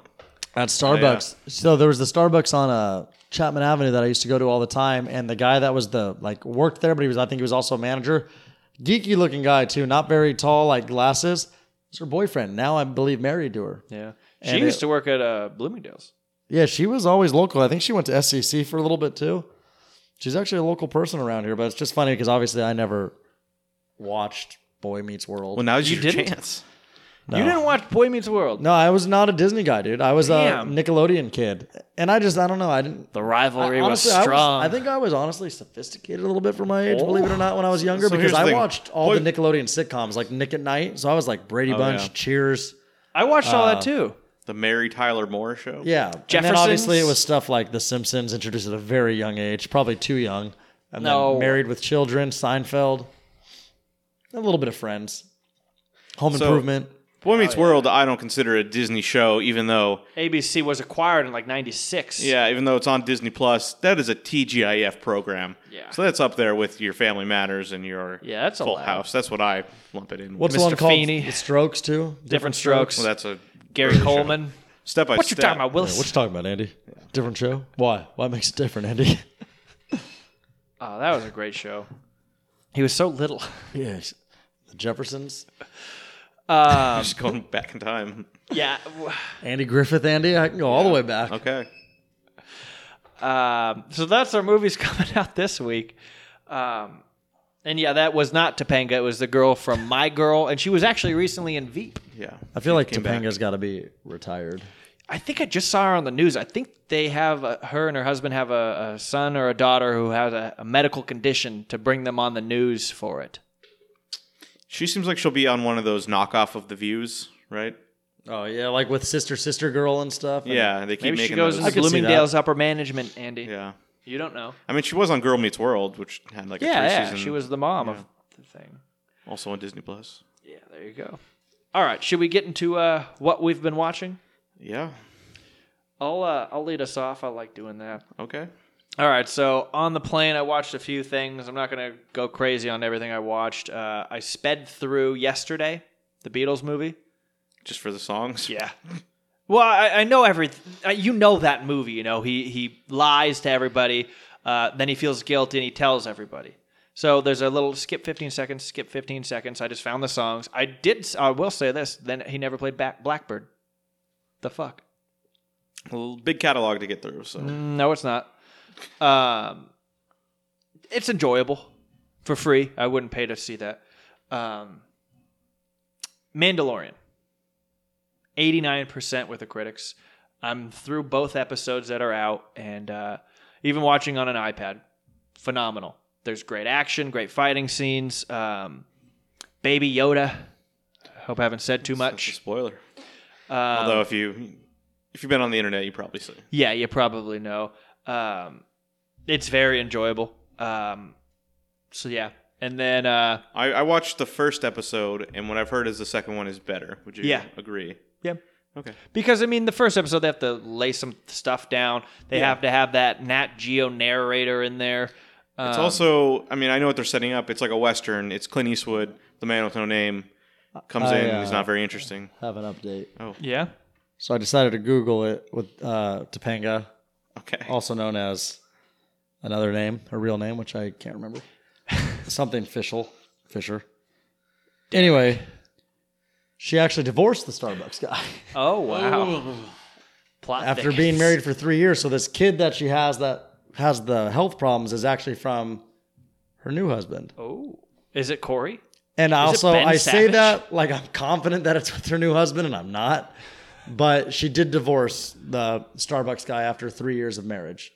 Speaker 3: at Starbucks. So there was the Starbucks on uh, Chapman Avenue that I used to go to all the time, and the guy that was the like worked there, but he was I think he was also a manager, geeky looking guy too, not very tall, like glasses. It's her boyfriend now, I believe, married to her.
Speaker 2: Yeah. She
Speaker 3: And
Speaker 2: used
Speaker 3: it-
Speaker 2: to work at uh, Bloomingdale's.
Speaker 3: Yeah, she was always local. I think she went to SCC for a little bit too. She's actually a local person around here, but it's just funny because obviously I never watched Boy Meets World.
Speaker 4: Well, now's
Speaker 2: You
Speaker 4: your
Speaker 2: didn't?
Speaker 4: chance.
Speaker 3: No.
Speaker 2: You didn't watch Boy Meets World.
Speaker 3: no, I was not a Disney guy, dude. I was
Speaker 2: Damn.
Speaker 3: a Nickelodeon kid, and I just I don't know. I didn't.
Speaker 2: The
Speaker 3: I-
Speaker 2: rivalry
Speaker 3: honestly,
Speaker 2: was
Speaker 3: I
Speaker 2: strong.
Speaker 3: I think I was honestly sophisticated a little bit for my age, believe it or not, when I was younger,
Speaker 4: Oh. So here's
Speaker 3: because
Speaker 4: the
Speaker 3: I
Speaker 4: thing.
Speaker 3: watched all
Speaker 4: Boy-
Speaker 3: the Nickelodeon sitcoms like Nick at Night. So I was like Brady
Speaker 4: Oh,
Speaker 3: Bunch,
Speaker 4: yeah.
Speaker 3: Cheers.
Speaker 2: I watched all that too.
Speaker 4: The Mary Tyler Moore show.
Speaker 3: Yeah. And then obviously it
Speaker 2: Jeffersons?
Speaker 3: was stuff like The Simpsons introduced at a very young age, probably too young. And
Speaker 2: No.
Speaker 3: then Married with Children, Seinfeld, a little bit of Friends, Home
Speaker 4: So-
Speaker 3: Improvement.
Speaker 4: Boy
Speaker 2: Oh,
Speaker 4: Meets World. I don't consider a Disney show, even though
Speaker 2: ABC was acquired in like 96.
Speaker 4: yeah, even though it's on Disney Plus, that is a TGIF program.
Speaker 2: Yeah.
Speaker 4: So that's up there with your Family Matters and your
Speaker 2: Yeah, that's
Speaker 4: Full
Speaker 2: allowed.
Speaker 4: House. That's what I lump it in.
Speaker 3: What's
Speaker 4: with.
Speaker 3: the one
Speaker 2: Mr.
Speaker 3: called?
Speaker 2: Feeney.
Speaker 3: The Strokes too. Different,
Speaker 2: Strokes.
Speaker 4: Well, that's a
Speaker 2: Gary
Speaker 4: British show.
Speaker 2: Coleman.
Speaker 4: Step by
Speaker 2: What you
Speaker 4: step.
Speaker 2: talking about,
Speaker 3: Yeah,
Speaker 2: Willis?
Speaker 3: what you talking about, Andy? Different show. Why? Why makes it different, Andy?
Speaker 2: oh, that was a great show. He was so little.
Speaker 3: yes. The Jeffersons.
Speaker 2: Um,
Speaker 4: Just going back in time.
Speaker 2: yeah.
Speaker 3: Andy Griffith, Andy. I can go all the way back.
Speaker 4: Okay.
Speaker 2: Um, so that's our movies coming out this week. Um, and yeah, that was not Topanga. It was the girl from My Girl. And she was actually recently in Veep.
Speaker 4: Yeah.
Speaker 3: I feel like
Speaker 4: Came back.
Speaker 3: Topanga's got to be retired.
Speaker 2: I think I just saw her on the news. I think they have a, her and her husband have a, a son or a daughter who has a, a medical condition to bring them on the news for it.
Speaker 4: She seems like she'll be on one of those knockoff of the views, right?
Speaker 3: Oh yeah, like with Sister Sister Girl and stuff. and-
Speaker 4: Yeah, they keep
Speaker 2: Maybe she
Speaker 4: making
Speaker 2: goes
Speaker 4: those.
Speaker 3: I
Speaker 2: into
Speaker 3: could see
Speaker 2: Bloomingdale's upper management, Andy.
Speaker 4: yeah.
Speaker 2: You don't know.
Speaker 4: I mean, she was on Girl Meets World, which had like
Speaker 2: Yeah,
Speaker 4: a
Speaker 2: yeah.
Speaker 4: three season.
Speaker 2: She was the mom of the thing.
Speaker 4: also on Disney Plus.
Speaker 2: Yeah, there you go. All right, should we get into uh, what we've been watching?
Speaker 4: Yeah.
Speaker 2: I'll uh, I'll lead us off. I like doing that.
Speaker 4: Okay.
Speaker 2: All right, so on the plane, I watched a few things. I'm not going to go crazy on everything I watched. Uh, I sped through yesterday, the Beatles movie.
Speaker 4: Just for the songs.
Speaker 2: Yeah. Well, I, I know every. I- You know that movie. You know he he lies to everybody. Uh, then he feels guilty and he tells everybody. So there's a little skip 15 seconds, skip 15 seconds. I just found the songs. I did. s- I will say this. Then he never played back Blackbird. The fuck.
Speaker 4: A little- big catalog to get through. So
Speaker 2: Mm, No, it's not. Um, it's enjoyable for free. I wouldn't pay to see that. Um, Mandalorian, eighty nine percent with the critics. I'm through both episodes that are out, and uh, even watching on an iPad, phenomenal. There's great action, great fighting scenes. Um, Baby Yoda. Hope I haven't said too
Speaker 4: That's a
Speaker 2: much.
Speaker 4: spoiler.
Speaker 2: Um,
Speaker 4: Although if you if you've been on the internet, you probably see.
Speaker 2: yeah, you probably know. Um, it's very enjoyable. Um, so yeah, and then uh,
Speaker 4: I, I watched the first episode, and what I've heard is the second one is better. Would you
Speaker 2: Yeah.
Speaker 4: agree?
Speaker 2: yeah,
Speaker 4: Okay.
Speaker 2: Because I mean, the first episode they have to lay some stuff down. They have to have that Nat Geo narrator in there.
Speaker 4: It's
Speaker 2: Um,
Speaker 4: also, I mean, I know what they're setting up. It's like a western. It's Clint Eastwood, the man with no name, comes
Speaker 3: I,
Speaker 4: in.
Speaker 3: uh,
Speaker 4: He's not very interesting.
Speaker 3: Have an update.
Speaker 2: yeah.
Speaker 3: So I decided to Google it with uh, Topanga,
Speaker 2: Oh.
Speaker 4: Okay.
Speaker 3: also known as another name, her real name, which I can't remember. Something Fischel, Fisher. Anyway, she actually divorced the Starbucks guy
Speaker 2: Oh wow. Plot
Speaker 3: after
Speaker 2: thickens.
Speaker 3: being married for three years. So this kid that she has that has the health problems is actually from her new husband.
Speaker 2: Oh, is it Corey?
Speaker 3: And I
Speaker 2: it
Speaker 3: also,
Speaker 2: Ben
Speaker 3: I say
Speaker 2: Savage?
Speaker 3: that like I'm confident that it's with her new husband, and I'm not. But she did divorce the Starbucks guy after three years of marriage.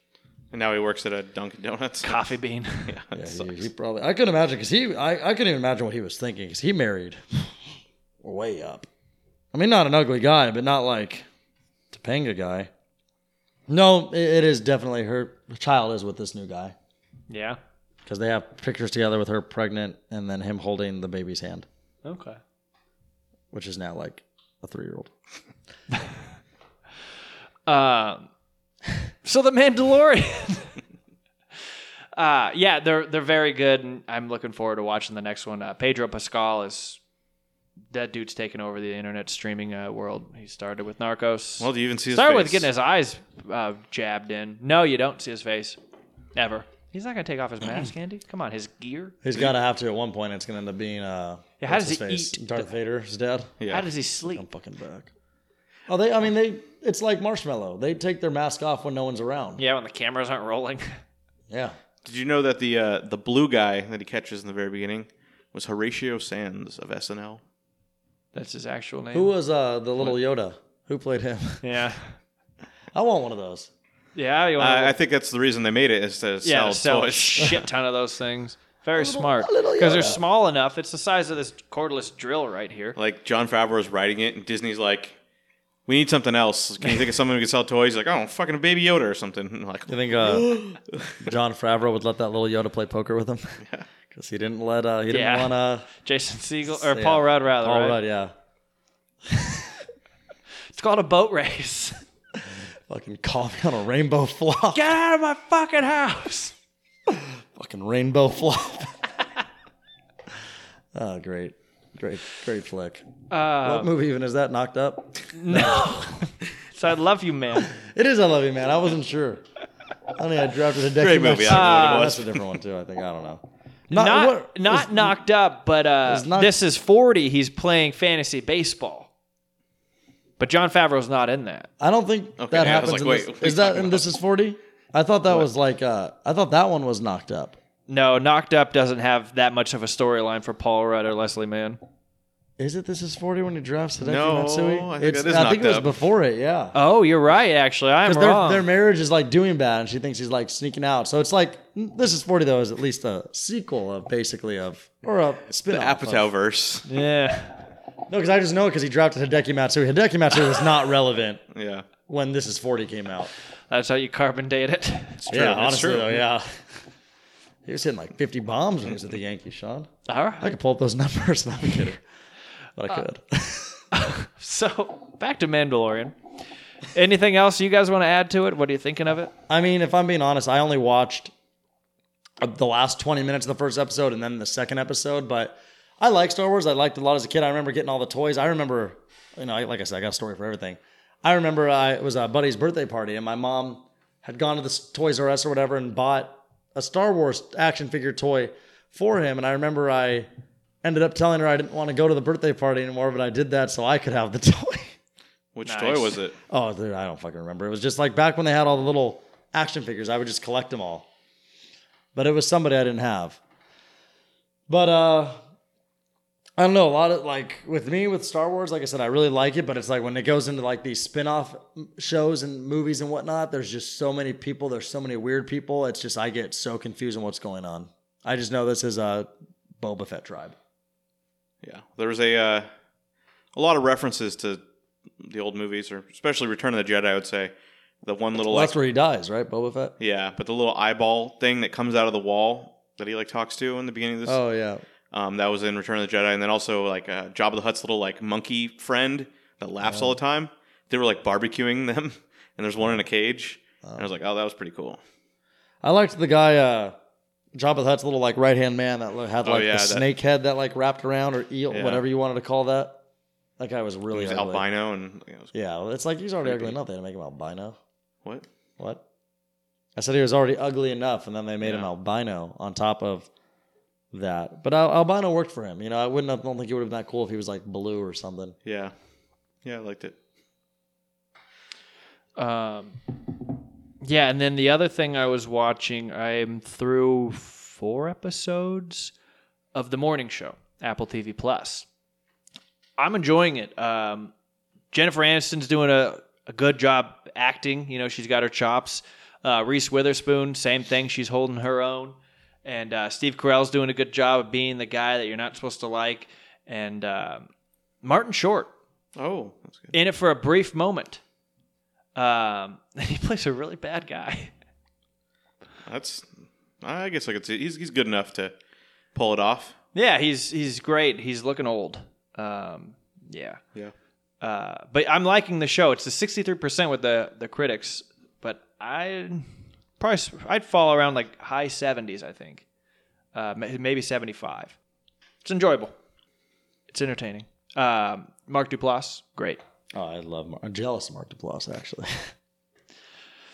Speaker 4: and now he works at a Dunkin' Donuts.
Speaker 2: Coffee bean.
Speaker 3: Yeah, he, he probably. I couldn't imagine because he. I, I couldn't even imagine what he was thinking because he married way up. I mean, not an ugly guy, but not like Topanga guy. No, it, it is definitely her child is with this new guy
Speaker 2: yeah.
Speaker 3: because they have pictures together with her pregnant and then him holding the baby's hand,
Speaker 2: Okay.
Speaker 3: which is now like a three year old.
Speaker 2: Um, so the Mandalorian. uh, yeah, they're they're very good, and I'm looking forward to watching the next one. Uh, Pedro Pascal is that dude's taking over the internet streaming uh, world. He started with Narcos.
Speaker 4: Well, do you even see his
Speaker 2: started
Speaker 4: face?
Speaker 2: with getting his eyes uh, jabbed in. No, you don't see his face ever. He's not gonna take off his mask, Andy. Come on, his gear.
Speaker 3: He's got to have to at one point. It's going to end up being uh,
Speaker 2: Yeah, how
Speaker 3: what's
Speaker 2: does
Speaker 3: his
Speaker 2: he
Speaker 3: face?
Speaker 2: eat?
Speaker 3: Darth Vader's dad.
Speaker 4: Yeah.
Speaker 2: How does he sleep?
Speaker 3: I'm fucking back. Oh, they. I mean, they. It's like marshmallow. They take their mask off when no one's around.
Speaker 2: Yeah, when the cameras aren't rolling.
Speaker 3: Yeah.
Speaker 4: Did you know that the uh, the blue guy that he catches in the very beginning was Horatio Sands of SNL?
Speaker 2: That's his actual name.
Speaker 3: Who was uh, the little Yoda? Who played him?
Speaker 2: yeah.
Speaker 3: I want one of those.
Speaker 2: Yeah, you wanna-
Speaker 4: I I think that's the reason they made it is to
Speaker 2: Uh, yeah,
Speaker 4: sell
Speaker 2: to sell a
Speaker 4: toys.
Speaker 2: shit ton of those things. Very smart
Speaker 3: a little
Speaker 2: because they're
Speaker 3: Yoda.
Speaker 2: small enough. It's the size of this cordless drill right here.
Speaker 4: like John Favreau is writing it, and Disney's like, "We need something else. Can you think of something we can sell toys?" Like, "Oh, fucking a baby Yoda or something." And like,
Speaker 3: You think uh, John Favreau would let that little Yoda play poker with him? Because he didn't let. Uh, he didn't
Speaker 2: Yeah.
Speaker 3: want uh,
Speaker 2: Jason Siegel or
Speaker 3: yeah,
Speaker 2: Paul Rudd rather.
Speaker 3: Paul
Speaker 2: right?
Speaker 3: Rudd, yeah.
Speaker 2: It's called a boat race.
Speaker 3: Fucking call me on a rainbow flop.
Speaker 2: Get out of my fucking house.
Speaker 3: Fucking rainbow flop. oh, great, great, great flick.
Speaker 2: Uh,
Speaker 3: what movie even is that? Knocked up.
Speaker 2: no. so I love you, man.
Speaker 3: It is I Love You Man. I wasn't sure. I think I drafted a deck.
Speaker 4: Great movie. I don't know what it
Speaker 3: that's
Speaker 4: was.
Speaker 3: a different one too. I think I don't know.
Speaker 2: Not not,
Speaker 3: what- is-
Speaker 2: knocked up, but uh,
Speaker 3: is knock-
Speaker 2: this is forty. He's playing fantasy baseball. But John Favreau's not in that.
Speaker 3: I don't think
Speaker 4: Okay,
Speaker 3: that
Speaker 4: yeah, I was
Speaker 3: happens.
Speaker 4: like,
Speaker 3: in
Speaker 4: wait,
Speaker 3: this-
Speaker 4: what are
Speaker 3: is
Speaker 4: you
Speaker 3: that
Speaker 4: talking
Speaker 3: in This Is Forty? I thought that was like. Uh, I thought that one was knocked up.
Speaker 2: No, knocked up doesn't have that much of a storyline for Paul Rudd or Leslie Mann.
Speaker 3: Is it This Is Forty when he drafts Hideki
Speaker 4: No,
Speaker 3: Matsui?
Speaker 4: I think
Speaker 3: It's-
Speaker 4: that is
Speaker 3: I think
Speaker 4: knocked
Speaker 3: it was
Speaker 4: up.
Speaker 3: before it. Yeah.
Speaker 2: Oh, you're right. Actually, I'm
Speaker 3: Because their,
Speaker 2: wrong.
Speaker 3: their marriage is like doing bad, and she thinks he's like sneaking out. So it's like this is forty though is at least a sequel of basically of or a spin
Speaker 4: the
Speaker 3: off.
Speaker 4: Apatow verse.
Speaker 2: yeah,
Speaker 3: No, because I just know it because he drafted Hideki Matsui. Hideki Matsui was not relevant
Speaker 4: Yeah,
Speaker 3: when This Is Forty came out.
Speaker 2: that's how you carbon date it.
Speaker 4: it's true.
Speaker 3: Yeah,
Speaker 4: It's
Speaker 3: honestly
Speaker 4: true.
Speaker 3: though, yeah. He was hitting like 50 bombs when he was at the Yankees, Sean.
Speaker 2: All
Speaker 3: I
Speaker 2: right.
Speaker 3: could pull up those numbers. No, I'm kidding, but I could.
Speaker 2: So back to Mandalorian. Anything else you guys want to add to it? What are you thinking of it?
Speaker 3: I mean, if I'm being honest, I only watched uh, the last 20 minutes of the first episode and then the second episode. But I like Star Wars. I liked it a lot as a kid. I remember getting all the toys. I remember, you know, I- like I said, I got a story for everything. I remember I, it was a buddy's birthday party, and my mom had gone to this Toys R Us or whatever and bought a Star Wars action figure toy for him. And I remember I ended up telling her I didn't want to go to the birthday party anymore, but I did that so I could have the toy.
Speaker 4: Which
Speaker 2: Nice.
Speaker 4: toy was it?
Speaker 3: Oh, dude, I don't fucking remember. It was just like back when they had all the little action figures. I would just collect them all. But it was somebody I didn't have. But uh I don't know, a lot of like with me with Star Wars, like I said, I really like it, but it's like when it goes into like these spin-off m- shows and movies and whatnot, there's just so many people, there's so many weird people. It's just I get so confused on what's going on. I just know this is a Boba Fett tribe.
Speaker 4: Yeah, there was a uh, a lot of references to the old movies, or especially Return of the Jedi. I would say the one little
Speaker 3: Well,
Speaker 4: like
Speaker 3: that's where he dies, right? Boba Fett?
Speaker 4: yeah, but the little eyeball thing that comes out of the wall that he like talks to in the beginning of this.
Speaker 3: Oh yeah.
Speaker 4: Um, that
Speaker 3: Oh.
Speaker 4: was in Return of the Jedi, and then also like uh, Jabba the Hutt's little like monkey friend that laughs all the time. they were like barbecuing them, and there's one in a cage. and I was like, oh, that was pretty cool.
Speaker 3: I liked the guy, uh, Jabba the Hutt's little like right hand man that li- had
Speaker 4: Oh,
Speaker 3: like
Speaker 4: yeah,
Speaker 3: the
Speaker 4: that-
Speaker 3: snake head that like wrapped around or eel,
Speaker 4: Yeah.
Speaker 3: whatever you wanted to call that. That guy was
Speaker 4: It
Speaker 3: really
Speaker 4: was
Speaker 3: ugly.
Speaker 4: albino, and you know, it was,
Speaker 3: Yeah, well, it's like he's already
Speaker 4: Creepy.
Speaker 3: ugly enough. They had to make him albino.
Speaker 4: what?
Speaker 3: What? I said he was already ugly enough, and then they made him
Speaker 4: Yeah.
Speaker 3: albino on top of that. But al- albino worked for him. You know, I wouldn't. Have, don't think it would have been that cool if he was like blue or something.
Speaker 4: Yeah, yeah, I liked it.
Speaker 2: Um, yeah, and then the other thing I was watching, I'm through four episodes of The Morning Show, Apple TV Plus. I'm enjoying it. Um, Jennifer Aniston's doing a, a good job acting. You know, she's got her chops. Uh, Reese Witherspoon, same thing. She's holding her own. And uh, Steve Carell's doing a good job of being the guy that you're not supposed to like. And um Martin Short,
Speaker 4: Oh, that's good.
Speaker 2: in it for a brief moment. Um, he plays a really bad guy.
Speaker 4: That's I guess I could see he's he's good enough to pull it off.
Speaker 2: Yeah, he's he's great. He's looking old. Um, yeah.
Speaker 4: Yeah.
Speaker 2: Uh, but I'm liking the show. It's the 63% with the the critics, but I probably s- I'd fall around like high 70s, I think. Uh, ma- maybe 75. It's enjoyable. It's entertaining. Um, Mark Duplass, great.
Speaker 3: Oh, I love. Mar- I'm jealous of Mark Duplass actually.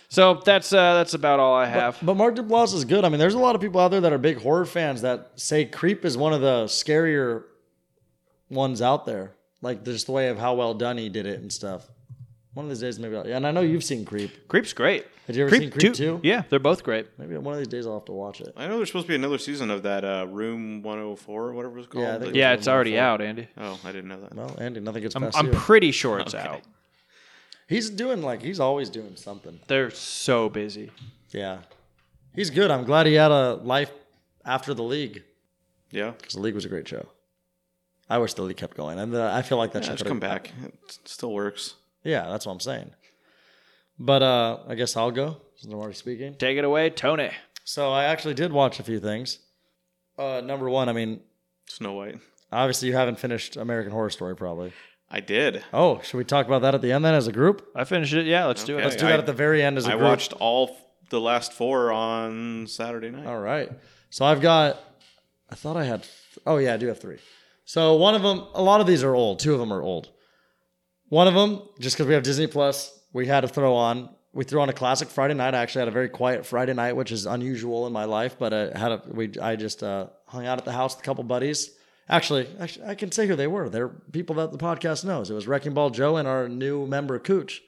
Speaker 2: So that's uh, that's about all I have.
Speaker 3: But Mark Duplass is good. I mean, there's a lot of people out there that are big horror fans that say Creep is one of the scarier ones out there. Like just the way of how well done he did it and stuff. One of these days, maybe. I'll, and I know you've seen Creep.
Speaker 2: Creep's great.
Speaker 3: Had you ever seen Creep two?
Speaker 2: Yeah, they're both great.
Speaker 3: Maybe one of these days I'll have to watch it.
Speaker 4: I know there's supposed to be another season of that uh, Room 104 or whatever it was called.
Speaker 3: Yeah, I think
Speaker 2: Yeah,
Speaker 3: Which
Speaker 2: it's
Speaker 3: one
Speaker 2: already
Speaker 3: before?
Speaker 2: out, Andy.
Speaker 4: Oh, I didn't know that.
Speaker 3: Well, Andy, nothing gets
Speaker 2: I'm,
Speaker 3: past
Speaker 2: I'm
Speaker 3: you.
Speaker 2: pretty sure it's
Speaker 4: Okay.
Speaker 2: out.
Speaker 3: he's doing like he's always doing something.
Speaker 2: They're so busy.
Speaker 3: Yeah, he's good. I'm glad he had a life after the league
Speaker 4: Yeah,
Speaker 3: because the league was a great show. I wish the league kept going, and uh, I feel like that
Speaker 4: yeah
Speaker 3: should
Speaker 4: just come back. It still works.
Speaker 3: Yeah, that's what I'm saying. But uh, I guess I'll go since I'm already speaking.
Speaker 2: Take it away, Tony.
Speaker 3: So I actually did watch a few things. Uh, number one, I mean,
Speaker 4: Snow White.
Speaker 3: obviously you haven't finished American Horror Story, probably.
Speaker 4: I did.
Speaker 3: Oh, should we talk about that at the end then, as a group?
Speaker 2: I finished it. Yeah, let's do
Speaker 4: Okay.
Speaker 2: it.
Speaker 3: Let's
Speaker 2: Let's-
Speaker 3: do
Speaker 4: I-
Speaker 3: that at the very end as a
Speaker 4: I
Speaker 3: group.
Speaker 4: watched all f- the last four on Saturday night.
Speaker 3: All right. So I've got, I thought I had, oh yeah, I do have three. So one of them, a lot of these are old. Two of them are old. One of them, just because we have Disney Plus, we had to throw on. We threw on a classic Friday night. I actually had a very quiet Friday night, which is unusual in my life, but I had a, we, I just uh, hung out at the house with a couple buddies. Actually, actually, I can say who they were. They're people that the podcast knows. It was Wrecking Ball Joe and our new member Cooch,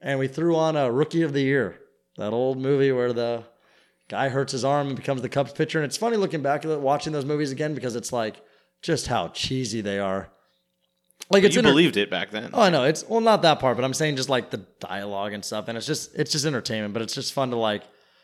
Speaker 3: and we threw on a Rookie of the Year, that old movie where the guy hurts his arm and becomes the Cubs pitcher. And it's funny looking back at it, watching those movies again because it's like just how cheesy they are. Like
Speaker 4: But
Speaker 3: it's
Speaker 4: you
Speaker 3: inter-
Speaker 4: believed it back then.
Speaker 3: Oh, I know. It's well, not that part, but I'm saying just like the dialogue and stuff, and it's just it's just entertainment. But it's just fun to like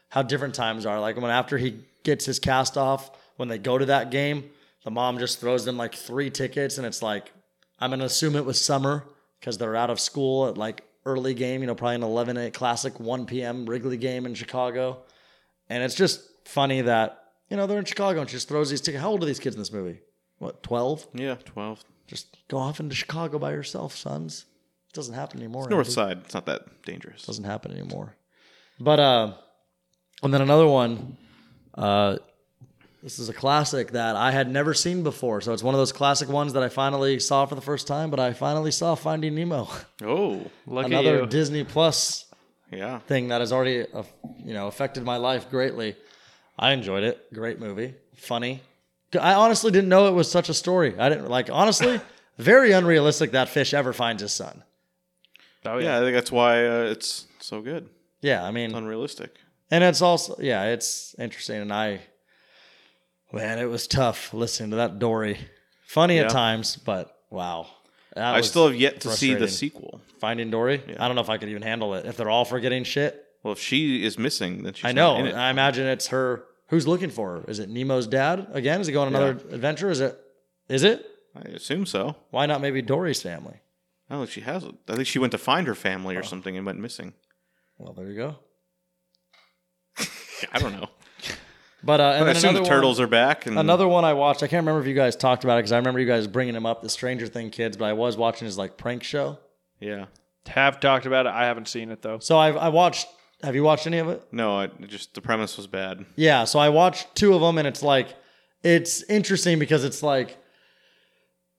Speaker 3: how different times are. Like when after he gets his cast off, when they go to that game, the mom just throws them like three tickets, and it's like I'm gonna assume it was summer because they're out of school at like early game, you know, probably an 11 a classic 1 p.m. Wrigley game in Chicago, and it's just funny that you know they're in Chicago and she just throws these tickets. How old are these kids in this movie? What 12?
Speaker 4: Yeah, 12.
Speaker 3: just go off into Chicago by yourself, sons. It doesn't happen anymore.
Speaker 4: North
Speaker 3: Andy.
Speaker 4: side. It's not that dangerous.
Speaker 3: doesn't happen anymore. But uh, and then another one. Uh, this is a classic that I had never seen before, so it's one of those classic ones that I finally saw for the first time. But I finally saw Finding Nemo,
Speaker 4: Oh,
Speaker 2: Look at
Speaker 3: another
Speaker 2: you.
Speaker 3: Disney Plus
Speaker 4: yeah.
Speaker 3: thing that has already uh, you know affected my life greatly. I enjoyed it. Great movie, funny. I honestly didn't know it was such a story. I didn't like honestly. Very unrealistic that fish ever finds his son.
Speaker 2: oh,
Speaker 4: Yeah, I think that's why uh, it's so good.
Speaker 3: Yeah, I mean,
Speaker 4: Unrealistic.
Speaker 3: and it's also yeah, it's interesting. And I, man, it was tough listening to that Dory. Funny
Speaker 4: Yeah.
Speaker 3: at times, but wow. That
Speaker 4: I
Speaker 3: was
Speaker 4: still have yet to see the
Speaker 3: frustrating.
Speaker 4: sequel.
Speaker 3: Finding Dory. I don't know if I could even handle it if they're all forgetting shit.
Speaker 4: Well, if she is missing, then she's
Speaker 3: I
Speaker 4: not
Speaker 3: know.
Speaker 4: in it.
Speaker 3: I imagine it's her. Who's looking for her? Is it Nemo's dad again? Is he going on another adventure? Is it? Is it?
Speaker 4: I assume so.
Speaker 3: Why not maybe Dory's family?
Speaker 4: I don't think she has. it. I think she went to find her family or
Speaker 3: Oh.
Speaker 4: something and went missing.
Speaker 3: Well, there you go.
Speaker 4: I don't know.
Speaker 3: But uh, and
Speaker 4: I
Speaker 3: then
Speaker 4: assume
Speaker 3: another
Speaker 4: the
Speaker 3: one-
Speaker 4: turtles are back. And
Speaker 3: Another one I watched. I can't remember if you guys talked about it because I remember you guys bringing him up, the Stranger Thing kids. But I was watching his like prank show.
Speaker 4: yeah,
Speaker 2: have talked about it. I haven't seen it though.
Speaker 3: So I, I watched. Have you watched any of it?
Speaker 4: No, I just the premise was bad.
Speaker 3: Yeah, so I watched two of them, and it's like, it's interesting because it's like,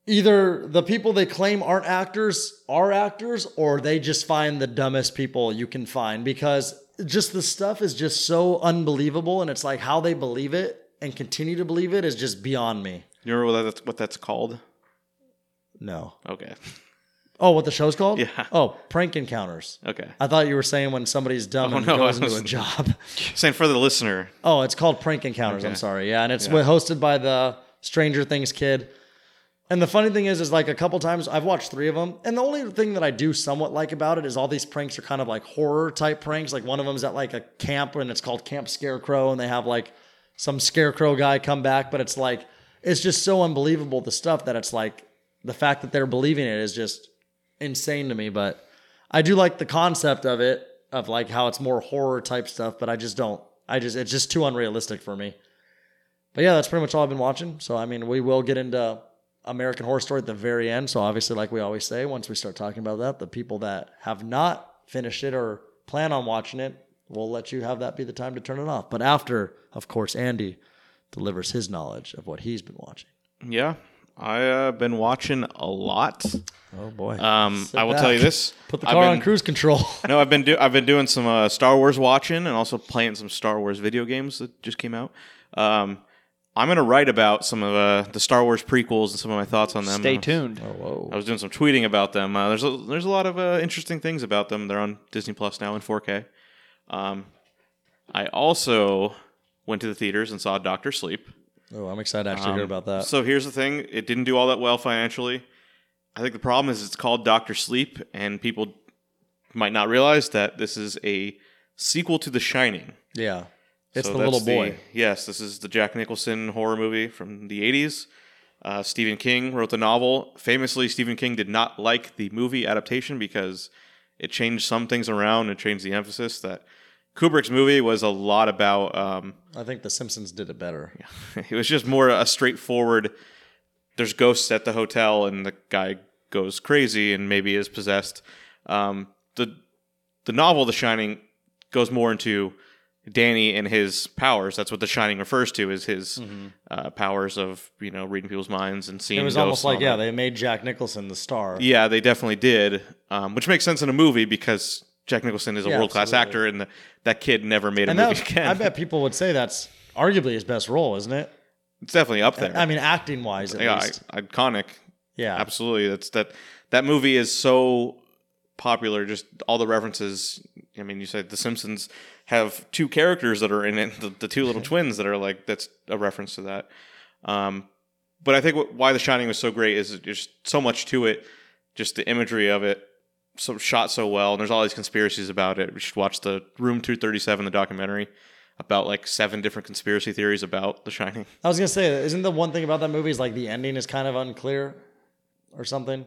Speaker 3: either the people they claim aren't actors are actors, or they just find the dumbest people you can find because just the stuff is just so unbelievable, and it's like how they believe it and continue to believe it is just beyond me.
Speaker 4: You remember what that's, what that's called?
Speaker 3: No.
Speaker 4: Okay,
Speaker 3: Oh, what the show's called?
Speaker 4: Yeah.
Speaker 3: Oh, prank encounters.
Speaker 4: okay.
Speaker 3: I thought you were saying when somebody's dumb
Speaker 4: Oh,
Speaker 3: and
Speaker 4: no, I
Speaker 3: goes into a
Speaker 4: wasn't.
Speaker 3: job.
Speaker 4: Saying for the listener,
Speaker 3: Oh, it's called Prank Encounters. I'm
Speaker 4: Okay.
Speaker 3: sorry. Yeah, and it's
Speaker 4: Yeah.
Speaker 3: wi- hosted by the Stranger Things kid. And the funny thing is, is like a couple times I've watched three of them, and the only thing that I do somewhat like about it is all these pranks are kind of like horror type pranks. Like one of them's at like a camp, and it's called Camp Scarecrow, and they have like some scarecrow guy come back, but it's like it's just so unbelievable the stuff that it's like the fact that they're believing it is just insane to me. But I do like the concept of it, of like how it's more horror type stuff, but I just don't. I just it's just too unrealistic for me. But yeah, that's pretty much all I've been watching. So I mean, we will get into American Horror Story at the very end. So obviously, like we always say, once we start talking about that, the people that have not finished it or plan on watching it, we'll let you have that be the time to turn it off. But after, of course, Andy delivers his knowledge of what he's been watching.
Speaker 4: yeah, I uh, been watching a lot.
Speaker 3: Oh boy!
Speaker 4: Um,
Speaker 3: Sit
Speaker 4: I will
Speaker 3: back.
Speaker 4: tell you this:
Speaker 3: Put the
Speaker 4: I've
Speaker 3: car
Speaker 4: been-
Speaker 3: on cruise control.
Speaker 4: No, I've been do I've been doing some uh, Star Wars watching and also playing some Star Wars video games that just came out. Um, I'm gonna write about some of uh, the Star Wars prequels and some of my thoughts on them. Uh,
Speaker 2: Stay tuned.
Speaker 3: Oh, whoa!
Speaker 4: I was doing some tweeting about them. Uh, there's a, there's a lot of uh, interesting things about them. They're on Disney Plus now in 4K. Um, I also went to the theaters and saw Doctor Sleep.
Speaker 3: Oh, I'm excited to actually hear
Speaker 4: Um,
Speaker 3: about that.
Speaker 4: So here's the thing: it didn't do all that well financially. I think the problem is it's called Doctor Sleep, and people might not realize that this is a sequel to The Shining.
Speaker 3: yeah, it's
Speaker 4: So
Speaker 3: the
Speaker 4: that's
Speaker 3: little boy.
Speaker 4: yes, this is the Jack Nicholson horror movie from the '80s. Uh, Stephen King wrote the novel. Famously, Stephen King did not like the movie adaptation because it changed some things around and changed the emphasis. That Kubrick's movie was a lot about um,
Speaker 3: I think The Simpsons did it better.
Speaker 4: it was just more a straightforward there's ghosts at the hotel and the guy goes crazy and maybe is possessed um, the the novel the shining goes more into danny and his powers that's what the shining refers to is his uh, powers of you know reading people's minds and seeing
Speaker 3: Mm-hmm. It was
Speaker 4: ghosts
Speaker 3: almost
Speaker 4: and all
Speaker 3: like
Speaker 4: that.
Speaker 3: yeah, they made Jack Nicholson the star.
Speaker 4: Yeah, they definitely did, um, which makes sense in a movie because Jack Nicholson is a
Speaker 3: Yeah,
Speaker 4: world class
Speaker 3: absolutely.
Speaker 4: actor, and the, that kid never made a
Speaker 3: and that
Speaker 4: movie
Speaker 3: was,
Speaker 4: again.
Speaker 3: I bet people would say that's arguably his best role, isn't it?
Speaker 4: it's definitely up there.
Speaker 3: I mean, acting wise, at
Speaker 4: yeah,
Speaker 3: least.
Speaker 4: I- iconic.
Speaker 3: Yeah,
Speaker 4: absolutely that's that that movie is so popular just all the references i mean you said the simpsons have two characters that are in it the, the two little twins that are like that's a reference to that um but i think what, why the shining was so great is there's so much to it just the imagery of it so shot so well and there's all these conspiracies about it we should watch the room 237 the documentary about like seven different conspiracy theories about the shining
Speaker 3: I was gonna say, isn't the one thing about that movie is like the ending is kind of unclear or something?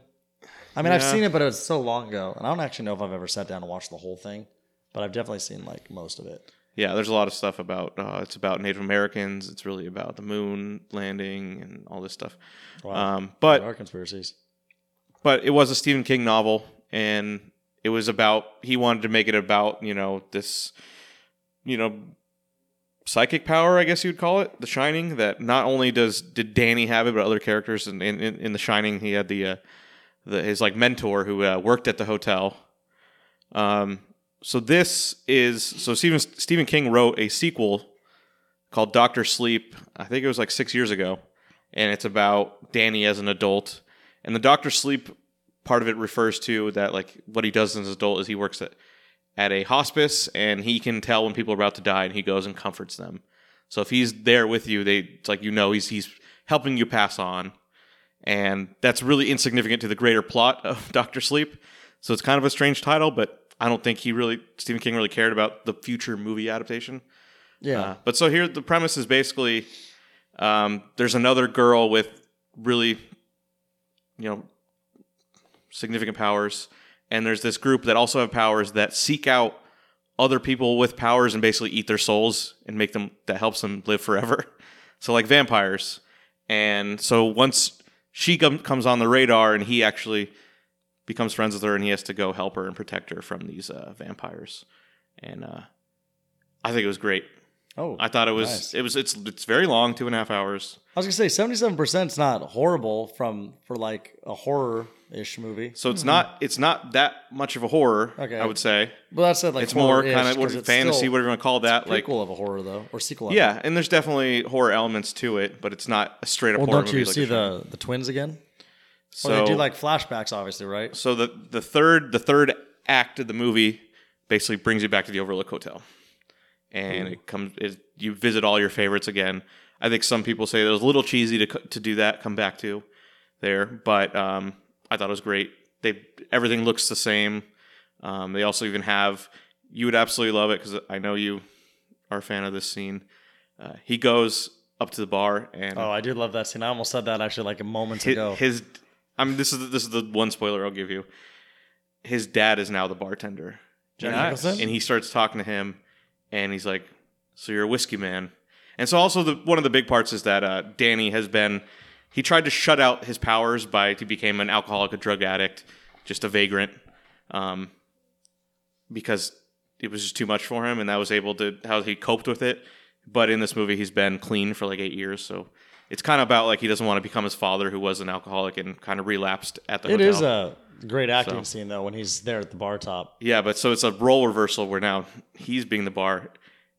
Speaker 3: I mean, I've
Speaker 4: Yeah.
Speaker 3: seen it, but it was so long ago, and I don't actually know if I've ever sat down and watched the whole thing. But I've definitely seen like most of it.
Speaker 4: Yeah, there's a lot of stuff about uh, it's about Native Americans. It's really about the moon landing and all this stuff.
Speaker 3: Wow,
Speaker 4: Um,
Speaker 3: there
Speaker 4: but
Speaker 3: are conspiracies.
Speaker 4: but it was a Stephen King novel, and it was about he wanted to make it about you know this, you know, psychic power I guess you'd call it, The Shining. That not only does did Danny have it, but other characters. And in, in, in The Shining, he had the, uh, the his like mentor who uh, worked at the hotel. Um, so this is so Stephen Stephen King wrote a sequel called Doctor Sleep. I think it was like six years ago, and it's about Danny as an adult. And the Doctor Sleep part of it refers to that like what he does as an adult is he works at at a hospice and he can tell when people are about to die and he goes and comforts them. So if he's there with you, they it's like you know he's he's helping you pass on. And that's really insignificant to the greater plot of Doctor Sleep. So it's kind of a strange title, but I don't think he really Stephen King really cared about the future movie adaptation.
Speaker 3: Yeah,
Speaker 4: Uh, but so here, the premise is basically um, there's another girl with really, you know, significant powers, and there's this group that also have powers that seek out other people with powers and basically eat their souls and make them that helps them live forever. So like vampires, and so once she com- comes on the radar and he actually becomes friends with her, and he has to go help her and protect her from these uh, vampires. And uh, I think it was great.
Speaker 3: Oh,
Speaker 4: I thought it was
Speaker 3: nice.
Speaker 4: it was it's it's very long, two and a half hours.
Speaker 3: I was gonna say seventy seven percent is not horrible from for like a horror ish movie.
Speaker 4: So it's not it's not that much of a horror.
Speaker 3: Mm-hmm. Okay.
Speaker 4: I would say
Speaker 3: But that's said like
Speaker 4: it's more
Speaker 3: horror-ish,
Speaker 4: kind of what
Speaker 3: 'cause it's
Speaker 4: fantasy,
Speaker 3: still
Speaker 4: whatever you want to call that.
Speaker 3: prequel
Speaker 4: Like
Speaker 3: of a horror though, or sequel. of it.
Speaker 4: yeah, and there's definitely horror elements to it, but it's not a straight up
Speaker 3: Well,
Speaker 4: horror
Speaker 3: don't
Speaker 4: movie.
Speaker 3: you
Speaker 4: like
Speaker 3: see
Speaker 4: a show.
Speaker 3: the the twins again?
Speaker 4: so
Speaker 3: well, they do like flashbacks, obviously, right?
Speaker 4: so the the third the third act of the movie basically brings you back to the Overlook Hotel, and it comes it, you visit all your favorites again. I think some people say that it was a little cheesy to co- to do that, come back to there, but um, I thought it was great. They everything looks the same. Um, they also even have you would absolutely love it because I know you are a fan of this scene. Uh, he goes up to the bar and
Speaker 3: Oh, I do love that scene. I almost said that actually like a moment
Speaker 4: his,
Speaker 3: ago.
Speaker 4: his I mean this is this is the one spoiler I'll give you. His dad is now the bartender.
Speaker 3: Jack
Speaker 4: And-
Speaker 3: Nicholson?
Speaker 4: And he starts talking to him and he's like, So you're a whiskey man. And so also the one of the big parts is that uh, Danny has been he tried to shut out his powers by he became an alcoholic, a drug addict, just a vagrant. Um, because it was just too much for him and that was able to how he coped with it but in this movie he's been clean for like eight years so it's kind of about like he doesn't want to become his father who was an alcoholic and kind of relapsed at the
Speaker 3: It
Speaker 4: hotel.
Speaker 3: is a great acting
Speaker 4: So.
Speaker 3: scene though when he's there at the bar top.
Speaker 4: yeah but so it's a role reversal where now he's being the bar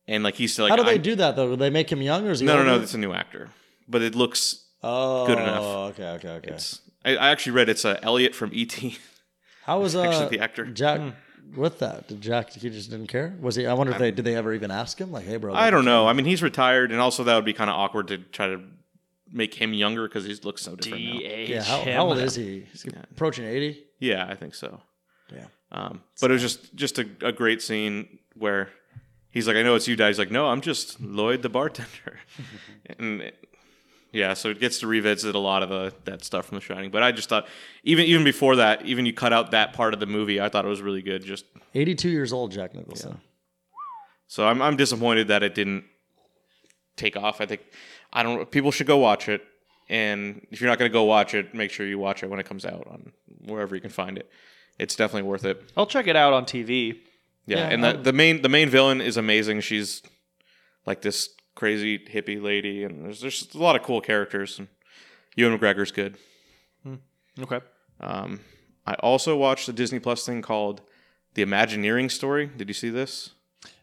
Speaker 4: and like he's still like
Speaker 3: How do they
Speaker 4: I-
Speaker 3: do that though? Do they make him young or is he
Speaker 4: no no no
Speaker 3: older?
Speaker 4: it's a new actor but it looks
Speaker 3: oh,
Speaker 4: good enough.
Speaker 3: Okay, okay, okay.
Speaker 4: it's I, I actually read it's uh, Elliot from ET
Speaker 3: How was uh,
Speaker 4: actually the actor.
Speaker 3: Jack with that? Did Jack? He just didn't care. Was he? I wonder if they did they ever even ask him like, hey, bro?
Speaker 4: I don't know I mean he's retired and also that would be kind of awkward to try to make him younger because he looks so different now.
Speaker 2: D H.
Speaker 3: Yeah, how, how old is he? Is he
Speaker 4: Yeah.
Speaker 3: approaching eighty?
Speaker 4: yeah I think so
Speaker 3: Yeah.
Speaker 4: Um, but it was just just a, a great scene where he's like, "I know it's you, Dad." He's like, "No, I'm just Lloyd the bartender," and it- yeah, so it gets to revisit a lot of the, that stuff from The Shining. But I just thought, even even before that, even you cut out that part of the movie, I thought it was really good. Just
Speaker 3: Eighty-two years old, Jack Nicholson.
Speaker 4: so I'm I'm disappointed that it didn't take off. I think I don't. People should go watch it, and if you're not going to go watch it, make sure you watch it when it comes out on wherever you can find it. It's definitely worth it.
Speaker 2: I'll check it out on TV.
Speaker 4: Yeah,
Speaker 3: Yeah,
Speaker 4: and
Speaker 3: I-
Speaker 4: the, the main the main villain is amazing. She's like this crazy hippie lady, and there's there's just a lot of cool characters. And Ewan McGregor's good.
Speaker 2: Okay.
Speaker 4: Um, I also watched a Disney Plus thing called The Imagineering Story. Did you see this?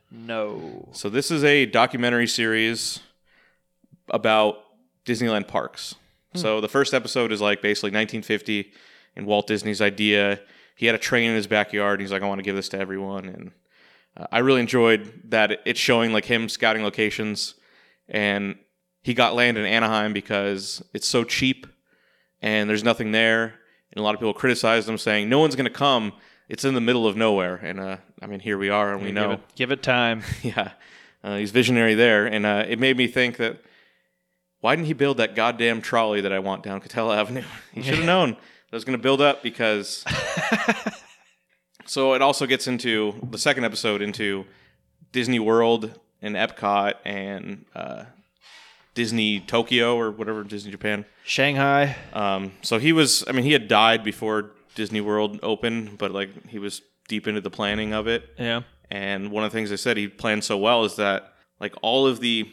Speaker 2: No.
Speaker 4: So this is a documentary series about Disneyland parks.
Speaker 2: Hmm.
Speaker 4: So the first episode is like basically 1950 and Walt Disney's idea. He had a train in his backyard. And he's like, I want to give this to everyone, and uh, I really enjoyed that. It's showing like him scouting locations, and he got land in Anaheim because it's so cheap, and there's nothing there. And a lot of people criticized him, saying, "No one's going to come. It's in the middle of nowhere." And uh, I mean, here we are, and we know
Speaker 2: Give it, give it time.
Speaker 4: yeah, uh, he's visionary there, and uh, it made me think that why didn't he build that goddamn trolley that I want down Catella Avenue? he should have known that was going to build up because. so it also gets into the second episode into Disney World and Epcot and uh, Disney Tokyo or whatever Disney Japan.
Speaker 2: Shanghai.
Speaker 4: Um, so he was, I mean, he had died before Disney World opened, but like he was deep into the planning of it.
Speaker 2: Yeah.
Speaker 4: And one of the things they said he planned so well is that like all of the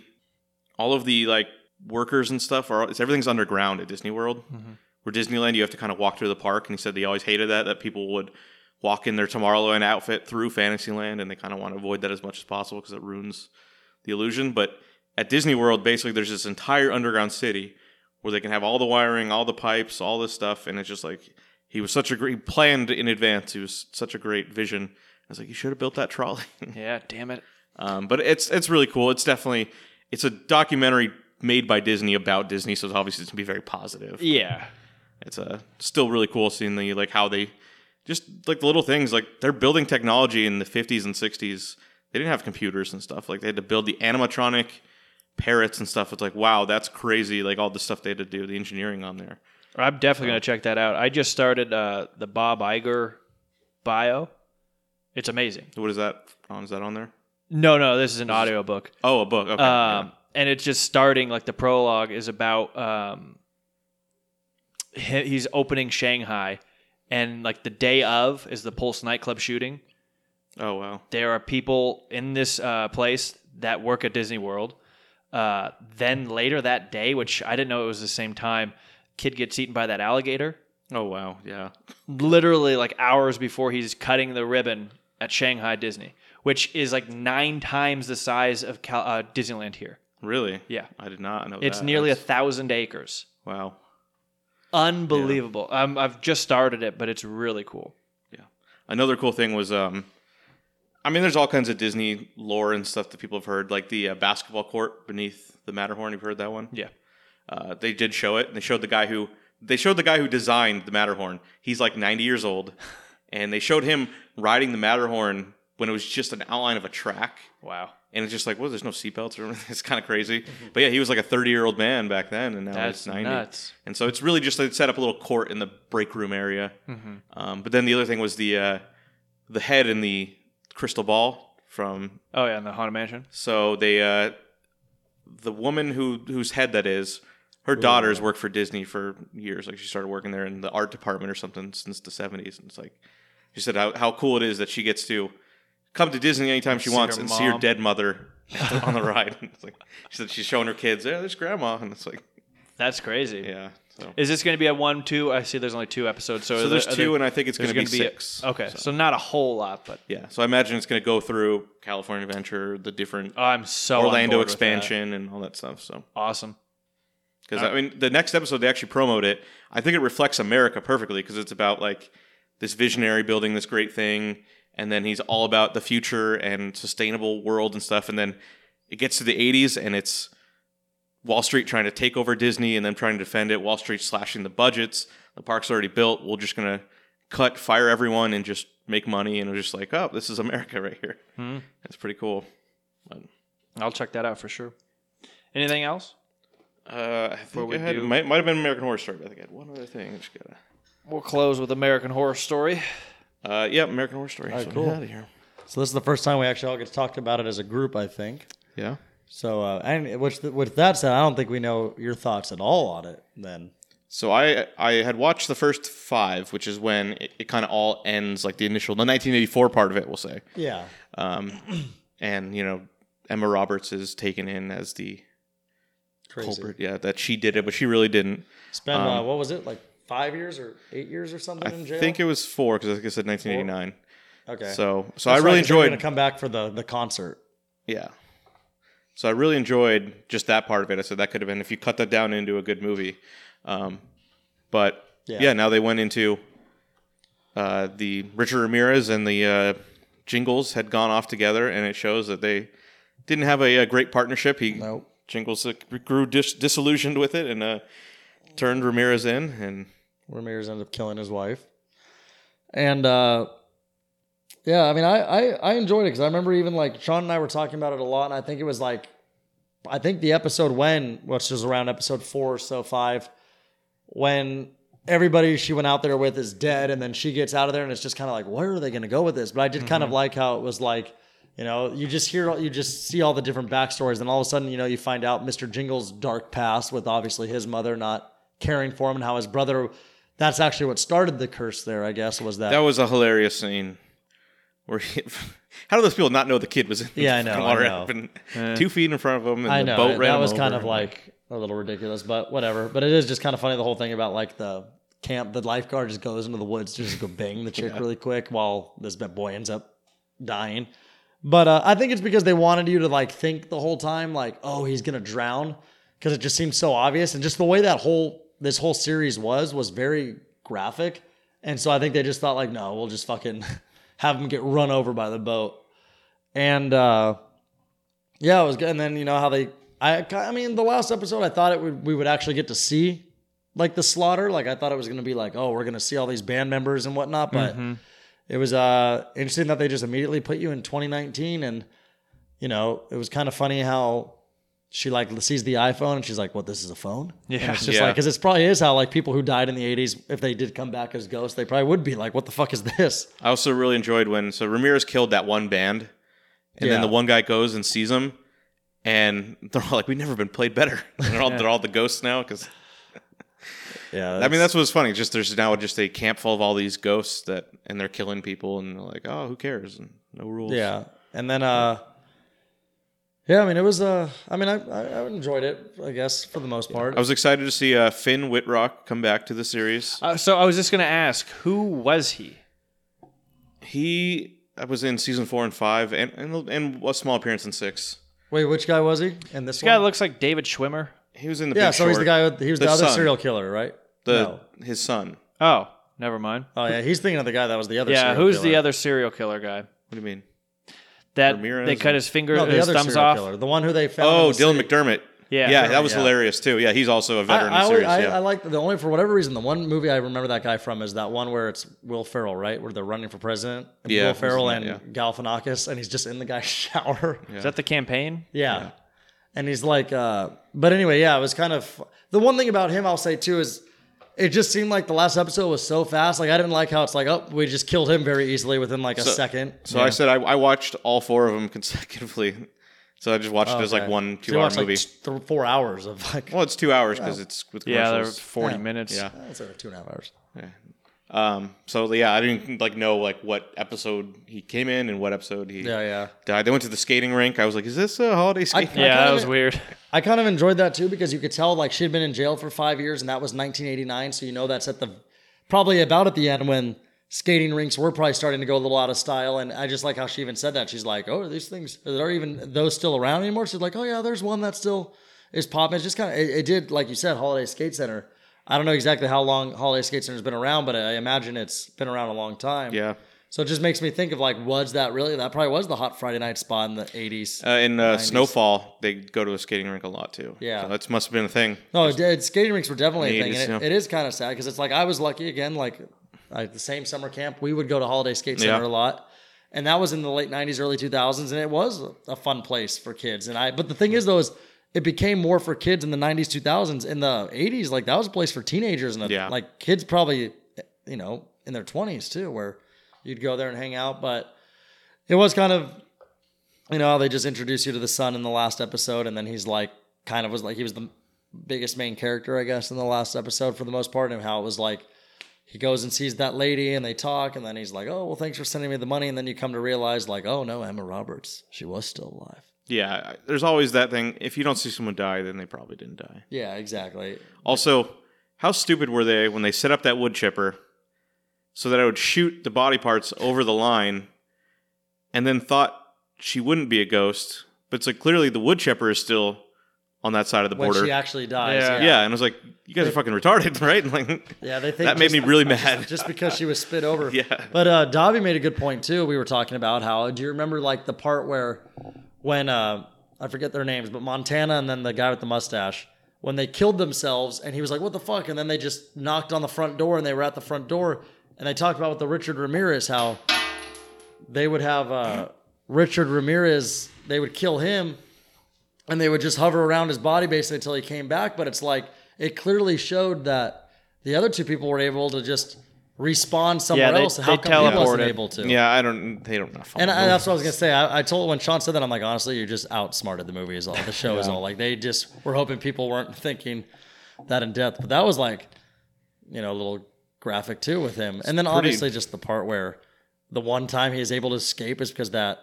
Speaker 4: all of the like workers and stuff are it's everything's underground at Disney World.
Speaker 2: Mm-hmm.
Speaker 4: Where Disneyland you have to kind of walk through the park and he said they always hated that that people would walk in their Tomorrowland outfit through Fantasyland and they kind of want to avoid that as much as possible because it ruins the illusion, but at Disney World basically there's this entire underground city where they can have all the wiring, all the pipes, all this stuff and it's just like he was such a great he planned in advance. He was such a great vision. I was like, you should have built that trolley.
Speaker 2: Yeah. Damn it.
Speaker 4: um, but it's it's really cool. It's definitely it's a documentary made by Disney about Disney, so it's obviously it's gonna be very positive.
Speaker 2: Yeah.
Speaker 4: It's uh, still really cool seeing the like how they just like the little things like they're building technology in the 50s and 60s. They didn't have computers and stuff. Like they had to build the animatronic parrots and stuff. It's like wow, that's crazy. Like all the stuff they had to do, the engineering on there.
Speaker 2: I'm definitely gonna check that out. I just started uh, the Bob Iger bio. It's amazing.
Speaker 4: What is that? On is that on there?
Speaker 2: No, no, this is an audiobook.
Speaker 4: Oh, a book. Okay. yeah.
Speaker 2: um, and it's just starting like the prologue is about um, he- he's opening Shanghai and like the day of is the Pulse nightclub shooting.
Speaker 4: Oh wow.
Speaker 2: There are people in this uh, place that work at Disney World. Uh, then later that day, which I didn't know it was the same time, kid gets eaten by that alligator.
Speaker 4: Oh wow. Yeah.
Speaker 2: Literally like hours before he's cutting the ribbon at Shanghai Disney, which is like nine times the size of Cal- uh, Disneyland here.
Speaker 4: Really?
Speaker 2: Yeah.
Speaker 4: I did not know.
Speaker 2: It's
Speaker 4: that.
Speaker 2: nearly a
Speaker 4: That's-
Speaker 2: thousand acres.
Speaker 4: wow.
Speaker 2: Unbelievable. Um, I've just started it, but it's really cool.
Speaker 4: Another cool thing was, um, I mean, there's all kinds of Disney lore and stuff that people have heard, like the uh, basketball court beneath the Matterhorn. You've heard that one?
Speaker 2: Yeah.
Speaker 4: Uh, they did show it. And they showed the guy who they showed the guy who designed the Matterhorn. He's like 90 years old, and they showed him riding the Matterhorn when it was just an outline of a track.
Speaker 2: Wow.
Speaker 4: And it's just like, well, there's no seatbelts or anything. It's kind of crazy. But yeah, he was like a 30 year old man back then, and now
Speaker 2: Mm-hmm. That's
Speaker 4: he's 90.
Speaker 2: nuts.
Speaker 4: And so it's really just they set up a little court in the break room area.
Speaker 2: Mhm.
Speaker 4: Um, but then the other thing was the uh, the head in the crystal ball from.
Speaker 2: Oh yeah, in the haunted mansion.
Speaker 4: So they uh, the woman who whose head that is, her daughters worked for Disney for years. Like she started working there in the art department or something since the seventies. And it's like she said how how cool it is that she gets to come to Disney anytime she
Speaker 2: See
Speaker 4: wants
Speaker 2: her
Speaker 4: and see her
Speaker 2: mom.
Speaker 4: dead mother on the ride. it's like she said she's showing her kids, yeah, there's grandma, and it's like
Speaker 2: That's crazy.
Speaker 4: yeah. So,
Speaker 2: Is this going to be a one, two? I see. There's only two episodes. So,
Speaker 4: so
Speaker 2: are
Speaker 4: there's
Speaker 2: there- are
Speaker 4: two,
Speaker 2: there-
Speaker 4: and I think it's
Speaker 2: there's
Speaker 4: going to be,
Speaker 2: gonna
Speaker 4: six.
Speaker 2: okay, so. not a whole lot, but
Speaker 4: Yeah, so I imagine it's going to go through California Adventure, the different
Speaker 2: oh, I'm so on
Speaker 4: Orlando
Speaker 2: board with that.
Speaker 4: expansion, and all that stuff. So,
Speaker 2: Awesome.
Speaker 4: because I mean, the next episode they actually promote it. I think it reflects America perfectly because it's about like this visionary building this great thing, and then he's all about the future and sustainable world and stuff. And then it gets to the '80s, and it's Wall Street trying to take over Disney and then trying to defend it. Wall Street slashing the budgets. The park's already built. We're just gonna cut, fire everyone, and just make money. And we're just like, oh, this is America right here.
Speaker 2: Hmm.
Speaker 4: That's pretty cool.
Speaker 2: I'll check that out for sure. Anything else?
Speaker 4: Uh, I think
Speaker 2: we
Speaker 4: I had,
Speaker 2: do-
Speaker 4: might, might have been American Horror Story, but I think I had one other thing. I just gotta.
Speaker 2: We'll close with American Horror Story.
Speaker 4: Uh, yeah, American Horror Story.
Speaker 3: right,
Speaker 4: So
Speaker 3: cool.
Speaker 4: get outta here.
Speaker 3: So this is the first time we actually all get to talk about it as a group, I think.
Speaker 4: Yeah.
Speaker 3: So, uh, and which with that said, I don't think we know your thoughts at all on it. Then,
Speaker 4: So I I had watched the first five, which is when it, it kind of all ends, like the initial, the 1984 part of it, we'll say.
Speaker 3: yeah,
Speaker 4: Um, and you know, Emma Roberts is taken in as the
Speaker 3: crazy.
Speaker 4: culprit. Yeah, that she did it, but she really didn't.
Speaker 3: Spend uh,
Speaker 4: Um,
Speaker 3: what was it like five years or eight years or something
Speaker 4: I
Speaker 3: in jail?
Speaker 4: think it was four because I think it said 1989.
Speaker 3: okay.
Speaker 4: So so
Speaker 3: That's
Speaker 4: I really
Speaker 3: right, 'cause they were
Speaker 4: enjoyed.
Speaker 3: Gonna come back for the the concert.
Speaker 4: Yeah. So I really enjoyed just that part of it. I said that could have been if you cut that down into a good movie. Um, but
Speaker 3: Yeah.
Speaker 4: yeah. now they went into uh, the Richard Ramirez and the uh, Jingles had gone off together, and it shows that they didn't have a, uh great partnership. He
Speaker 3: Nope.
Speaker 4: Jingles uh, grew dis- disillusioned with it and uh, turned Ramirez in, and
Speaker 3: Ramirez ended up killing his wife. And uh, yeah, I mean, I I, I enjoyed it because I remember even like Sean and I were talking about it a lot, and I think it was like, I think the episode when, which was around episode four or so five, when everybody she went out there with is dead, and then she gets out of there, and it's just kind of like, where are they going to go with this? But I did kind of like how it was like. You know, you just hear, you just see all the different backstories, and all of a sudden, you know, you find out Mr. Jingle's dark past with obviously his mother not caring for him, and how his brother. That's actually what started the curse. There, I guess, was that.
Speaker 4: that was a hilarious scene. Where he, how do those people not know the kid was in?
Speaker 3: Yeah, I know, I
Speaker 4: Water
Speaker 3: know.
Speaker 4: up and two feet in front of him, and the
Speaker 3: I know
Speaker 4: boat
Speaker 3: it-
Speaker 4: ran
Speaker 3: that
Speaker 4: him
Speaker 3: was kind
Speaker 4: over.
Speaker 3: of like a little ridiculous, but whatever. But it is just kind of funny the whole thing about like the camp. The lifeguard just goes into the woods to just go bang the chick really quick while this bad boy ends up dying. But uh, I think it's because they wanted you to like think the whole time like, oh, he's gonna drown, because it just seems so obvious, and just the way that whole this whole series was was very graphic, and so I think they just thought like, no, we'll just fucking have him get run over by the boat, and uh, yeah, it was good. And then you know how they, I, I mean, the last episode, I thought it would we would actually get to see like the slaughter. Like I thought it was gonna be like, oh, we're gonna see all these band members and whatnot, but
Speaker 4: Mm-hmm.
Speaker 3: it was uh interesting that they just immediately put you in 2019 and you know it was kind of funny how she like sees the iphone and she's like what this is a phone And
Speaker 2: Yeah.
Speaker 3: it's just
Speaker 4: Yeah.
Speaker 3: like because it's probably is how like people who died in the 80s if they did come back as ghosts they probably would be like what the fuck is this
Speaker 4: I also really enjoyed when so Ramirez killed that one band, and then
Speaker 3: Yeah.
Speaker 4: the one guy goes and sees him, and they're all like, "We've never been played better." And they're all they're all the ghosts now because
Speaker 3: Yeah,
Speaker 4: I mean, that's what's funny. Just there's now just a camp full of all these ghosts that, and they're killing people, and they're like, oh, who cares? And no rules.
Speaker 3: Yeah, and then uh, yeah. I mean, it was uh, I mean, I I, I enjoyed it, I guess, for the most part.
Speaker 4: I was excited to see uh, Finn Whitrock come back to the series.
Speaker 2: Uh, so I was just gonna ask, who was he?
Speaker 4: He was in season four and five, and and, and a small appearance in six.
Speaker 3: Wait, which guy was he? And this
Speaker 2: This guy
Speaker 3: one?
Speaker 2: looks like David Schwimmer.
Speaker 4: He was in the
Speaker 3: yeah.
Speaker 4: Big
Speaker 3: So he's the
Speaker 4: Short.
Speaker 3: guy. With, he was the,
Speaker 4: The
Speaker 3: other
Speaker 4: son.
Speaker 3: serial killer, right?
Speaker 4: the
Speaker 3: no.
Speaker 4: his son. What
Speaker 2: Oh, never mind.
Speaker 3: Oh yeah, he's thinking of the guy that was the other.
Speaker 2: Yeah,
Speaker 3: serial
Speaker 2: who's
Speaker 3: killer.
Speaker 2: the other serial killer guy?
Speaker 4: do you mean?
Speaker 2: That
Speaker 4: Ramirez
Speaker 2: they cut
Speaker 4: and-
Speaker 2: his finger,
Speaker 3: No, the
Speaker 2: his
Speaker 3: other
Speaker 2: thumbs
Speaker 3: serial
Speaker 2: off.
Speaker 3: killer, the one who they found.
Speaker 4: Oh,
Speaker 3: in the
Speaker 4: Dylan McDermott.
Speaker 2: Yeah.
Speaker 4: yeah, that was
Speaker 3: yeah.
Speaker 4: hilarious too. Yeah, he's also a veteran
Speaker 3: I, I,
Speaker 4: in the series.
Speaker 3: always- I,
Speaker 4: yeah.
Speaker 3: I like the only for whatever reason the one movie I remember that guy from is that one where it's Will Ferrell, right? Where they're running for president. And
Speaker 4: Yeah,
Speaker 3: Will Ferrell
Speaker 4: isn't
Speaker 3: and
Speaker 4: it?
Speaker 3: Galifianakis, and he's just in the guy's shower. Yeah.
Speaker 2: Is that the campaign?
Speaker 3: and he's like, uh, but anyway, yeah, it was kind of the one thing about him I'll say too is it just seemed like the last episode was so fast. Like I didn't like how it's like, oh, we just killed him very easily within like a
Speaker 4: So-
Speaker 3: second.
Speaker 4: So I said I, I watched all four of them consecutively. So I just watched it as like
Speaker 3: Oh, Okay.
Speaker 4: one
Speaker 3: So
Speaker 4: two
Speaker 3: you
Speaker 4: hour
Speaker 3: watched,
Speaker 4: movie.
Speaker 3: Like th- four hours of like,
Speaker 4: well, it's two hours because it's with
Speaker 2: Yeah, they're
Speaker 4: commercials.
Speaker 2: forty
Speaker 3: Yeah.
Speaker 2: minutes.
Speaker 4: Yeah.
Speaker 3: that's like two and a half hours.
Speaker 4: um. So yeah, I didn't like know like what episode he came in and what episode he
Speaker 3: Yeah, yeah.
Speaker 4: died. They went to the skating rink. I was like, is this a holiday skate?
Speaker 3: I
Speaker 2: Yeah, that
Speaker 3: kinda-
Speaker 2: was weird.
Speaker 3: I kind of enjoyed that too because you could tell like she'd been in jail for five years and that was 1989. So you know that's at the probably about at the end when skating rinks were probably starting to go a little out of style. And I just like how she even said that. She's like, "Oh, are these things are there even those still around anymore?" She's like, "Oh yeah, there's one that still is popping." It's just kind of it, it did like you said, Holiday Skate Center. I don't know exactly how long Holiday Skate Center's been around, but I imagine it's been around a long time.
Speaker 4: yeah.
Speaker 3: So it just makes me think of like, was that really? That probably was the hot Friday night spot in the 80s.
Speaker 4: Uh, in uh, Snowfall, they go to a skating rink a lot too.
Speaker 3: Yeah.
Speaker 4: so that must have been a thing.
Speaker 3: No, it did. Skating rinks were definitely a
Speaker 4: Neat,
Speaker 3: thing. And it,
Speaker 4: yeah.
Speaker 3: it is kind of sad because it's like I was lucky again. Like I, the same summer camp, we would go to Holiday Skate Center
Speaker 4: Yeah.
Speaker 3: a lot, and that was in the late '90s, early 2000s, and it was a fun place for kids. And I, but the thing is though, is it became more for kids in the '90s, 2000s. In the '80s, like that was a place for teenagers and uh,
Speaker 4: Yeah.
Speaker 3: like kids probably, you know, in their 20s too, where you'd go there and hang out. But it was kind of you know, how they just introduce you to the son in the last episode, and then he's like, kind of was like, he was the biggest main character, I guess, in the last episode for the most part, and how it was like, he goes and sees that lady, and they talk, and then he's like, oh, well, thanks for sending me the money, and then you come to realize, like, oh no, Emma Roberts, she was still alive.
Speaker 4: Yeah, I- there's always that thing. If you don't see someone die, then they probably didn't die.
Speaker 3: Yeah, exactly.
Speaker 4: Also, how stupid were they when they set up that wood chipper so that I would shoot the body parts over the line and then thought she wouldn't be a ghost? But it's like clearly the wood chipper is still on that side of the
Speaker 3: When
Speaker 4: border.
Speaker 3: she actually dies,
Speaker 2: Yeah.
Speaker 3: yeah,
Speaker 4: yeah, and I was like, you guys are fucking retarded, right? Like,
Speaker 3: Yeah, they think
Speaker 4: That made
Speaker 3: just-
Speaker 4: me really mad.
Speaker 3: Just, just because she was spit over.
Speaker 4: Yeah.
Speaker 3: But uh, Dobby made a good point too. We were talking about how do you remember like the part where when uh, I forget their names, but Montana and then the guy with the mustache when they killed themselves and he was like, "What the fuck?" and then they just knocked on the front door and they were at the front door and they talked about with the Richard Ramirez how they would have uh, Richard Ramirez they would kill him and they would just hover around his body basically until he came back. But it's like it clearly showed that the other two people were able to just respawn somewhere
Speaker 2: Yeah, they-
Speaker 3: else. and How
Speaker 2: they
Speaker 3: come he wasn't
Speaker 2: teleported.
Speaker 3: able to?
Speaker 4: yeah, I don't. They don't know.
Speaker 3: And I, that's what I was gonna say. I, I told when Sean said that, I'm like, honestly, you just outsmarted the movie. Is all the show is all like they just were hoping people weren't thinking that in depth. But that was like, you know, a little graphic too with him. And then obviously just the part where the one time he is able to escape is because that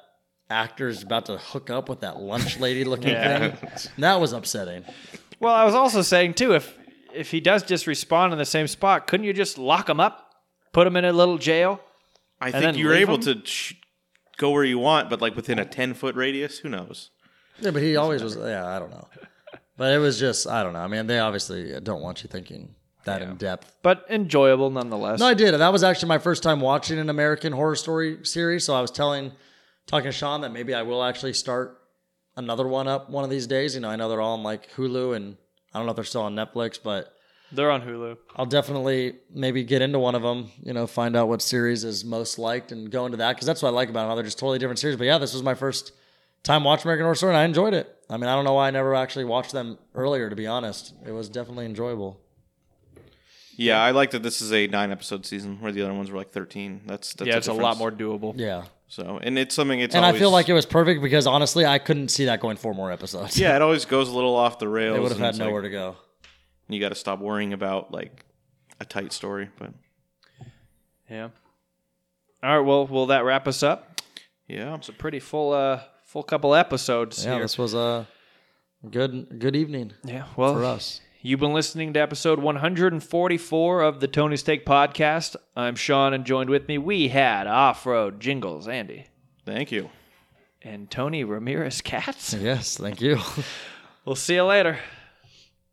Speaker 3: actor is about to hook up with that lunch lady looking thing. And that was upsetting.
Speaker 2: Well, I was also saying too, if if he does just respawn in the same spot, couldn't you just lock him up, put him in a little jail?
Speaker 4: I
Speaker 2: then
Speaker 4: think you're
Speaker 2: leave
Speaker 4: able
Speaker 2: them?
Speaker 4: to sh- go where you want, but like
Speaker 3: Oh.
Speaker 4: within a ten foot radius, who knows?
Speaker 3: Yeah, but he always was. Yeah, I don't know. But it was just I don't know. I mean, they obviously don't want you thinking that in depth.
Speaker 2: But enjoyable nonetheless.
Speaker 3: No, I did. That was actually my first time watching an American Horror Story series. So I was telling, talking to Sean that maybe I will actually start another one up one of these days. You know, I know they're all on like Hulu and I don't know if they're still on Netflix, but
Speaker 2: They're on Hulu.
Speaker 3: I'll definitely maybe get into one of them. You know, find out what series is most liked and go into that because that's what I like about them. How they're just totally different series. But yeah, this was my first time watching American Horror Story and I enjoyed it. I mean, I don't know why I never actually watched them earlier. To be honest, it was definitely enjoyable.
Speaker 4: Yeah, I like that this is a nine episode season where the other ones were like thirteen. That's, that's
Speaker 2: yeah, it's a lot
Speaker 4: difference.
Speaker 2: more doable.
Speaker 3: Yeah.
Speaker 4: So, and it's something. It's
Speaker 3: And I
Speaker 4: always,
Speaker 3: feel like it was perfect because honestly, I couldn't see that going four more episodes.
Speaker 4: yeah, it always goes a little off the rails.
Speaker 3: They would have
Speaker 4: and
Speaker 3: had
Speaker 4: it's
Speaker 3: nowhere
Speaker 4: Like,
Speaker 3: to go.
Speaker 4: you got to stop worrying about like a tight story, but
Speaker 2: Yeah. All right. Well, will that wrap us up?
Speaker 4: yeah.
Speaker 2: It's a pretty full, uh, full couple episodes
Speaker 3: Yeah,
Speaker 2: here.
Speaker 3: this was a good good evening
Speaker 2: Yeah. Well,
Speaker 3: for us.
Speaker 2: You've been listening to episode 144 of the Tony Steak Podcast. I'm Sean, and joined with me, we had off road jingles, Andy,
Speaker 4: Thank you.
Speaker 2: and Tony Ramirez Katz.
Speaker 3: Yes, thank you.
Speaker 2: We'll see you later.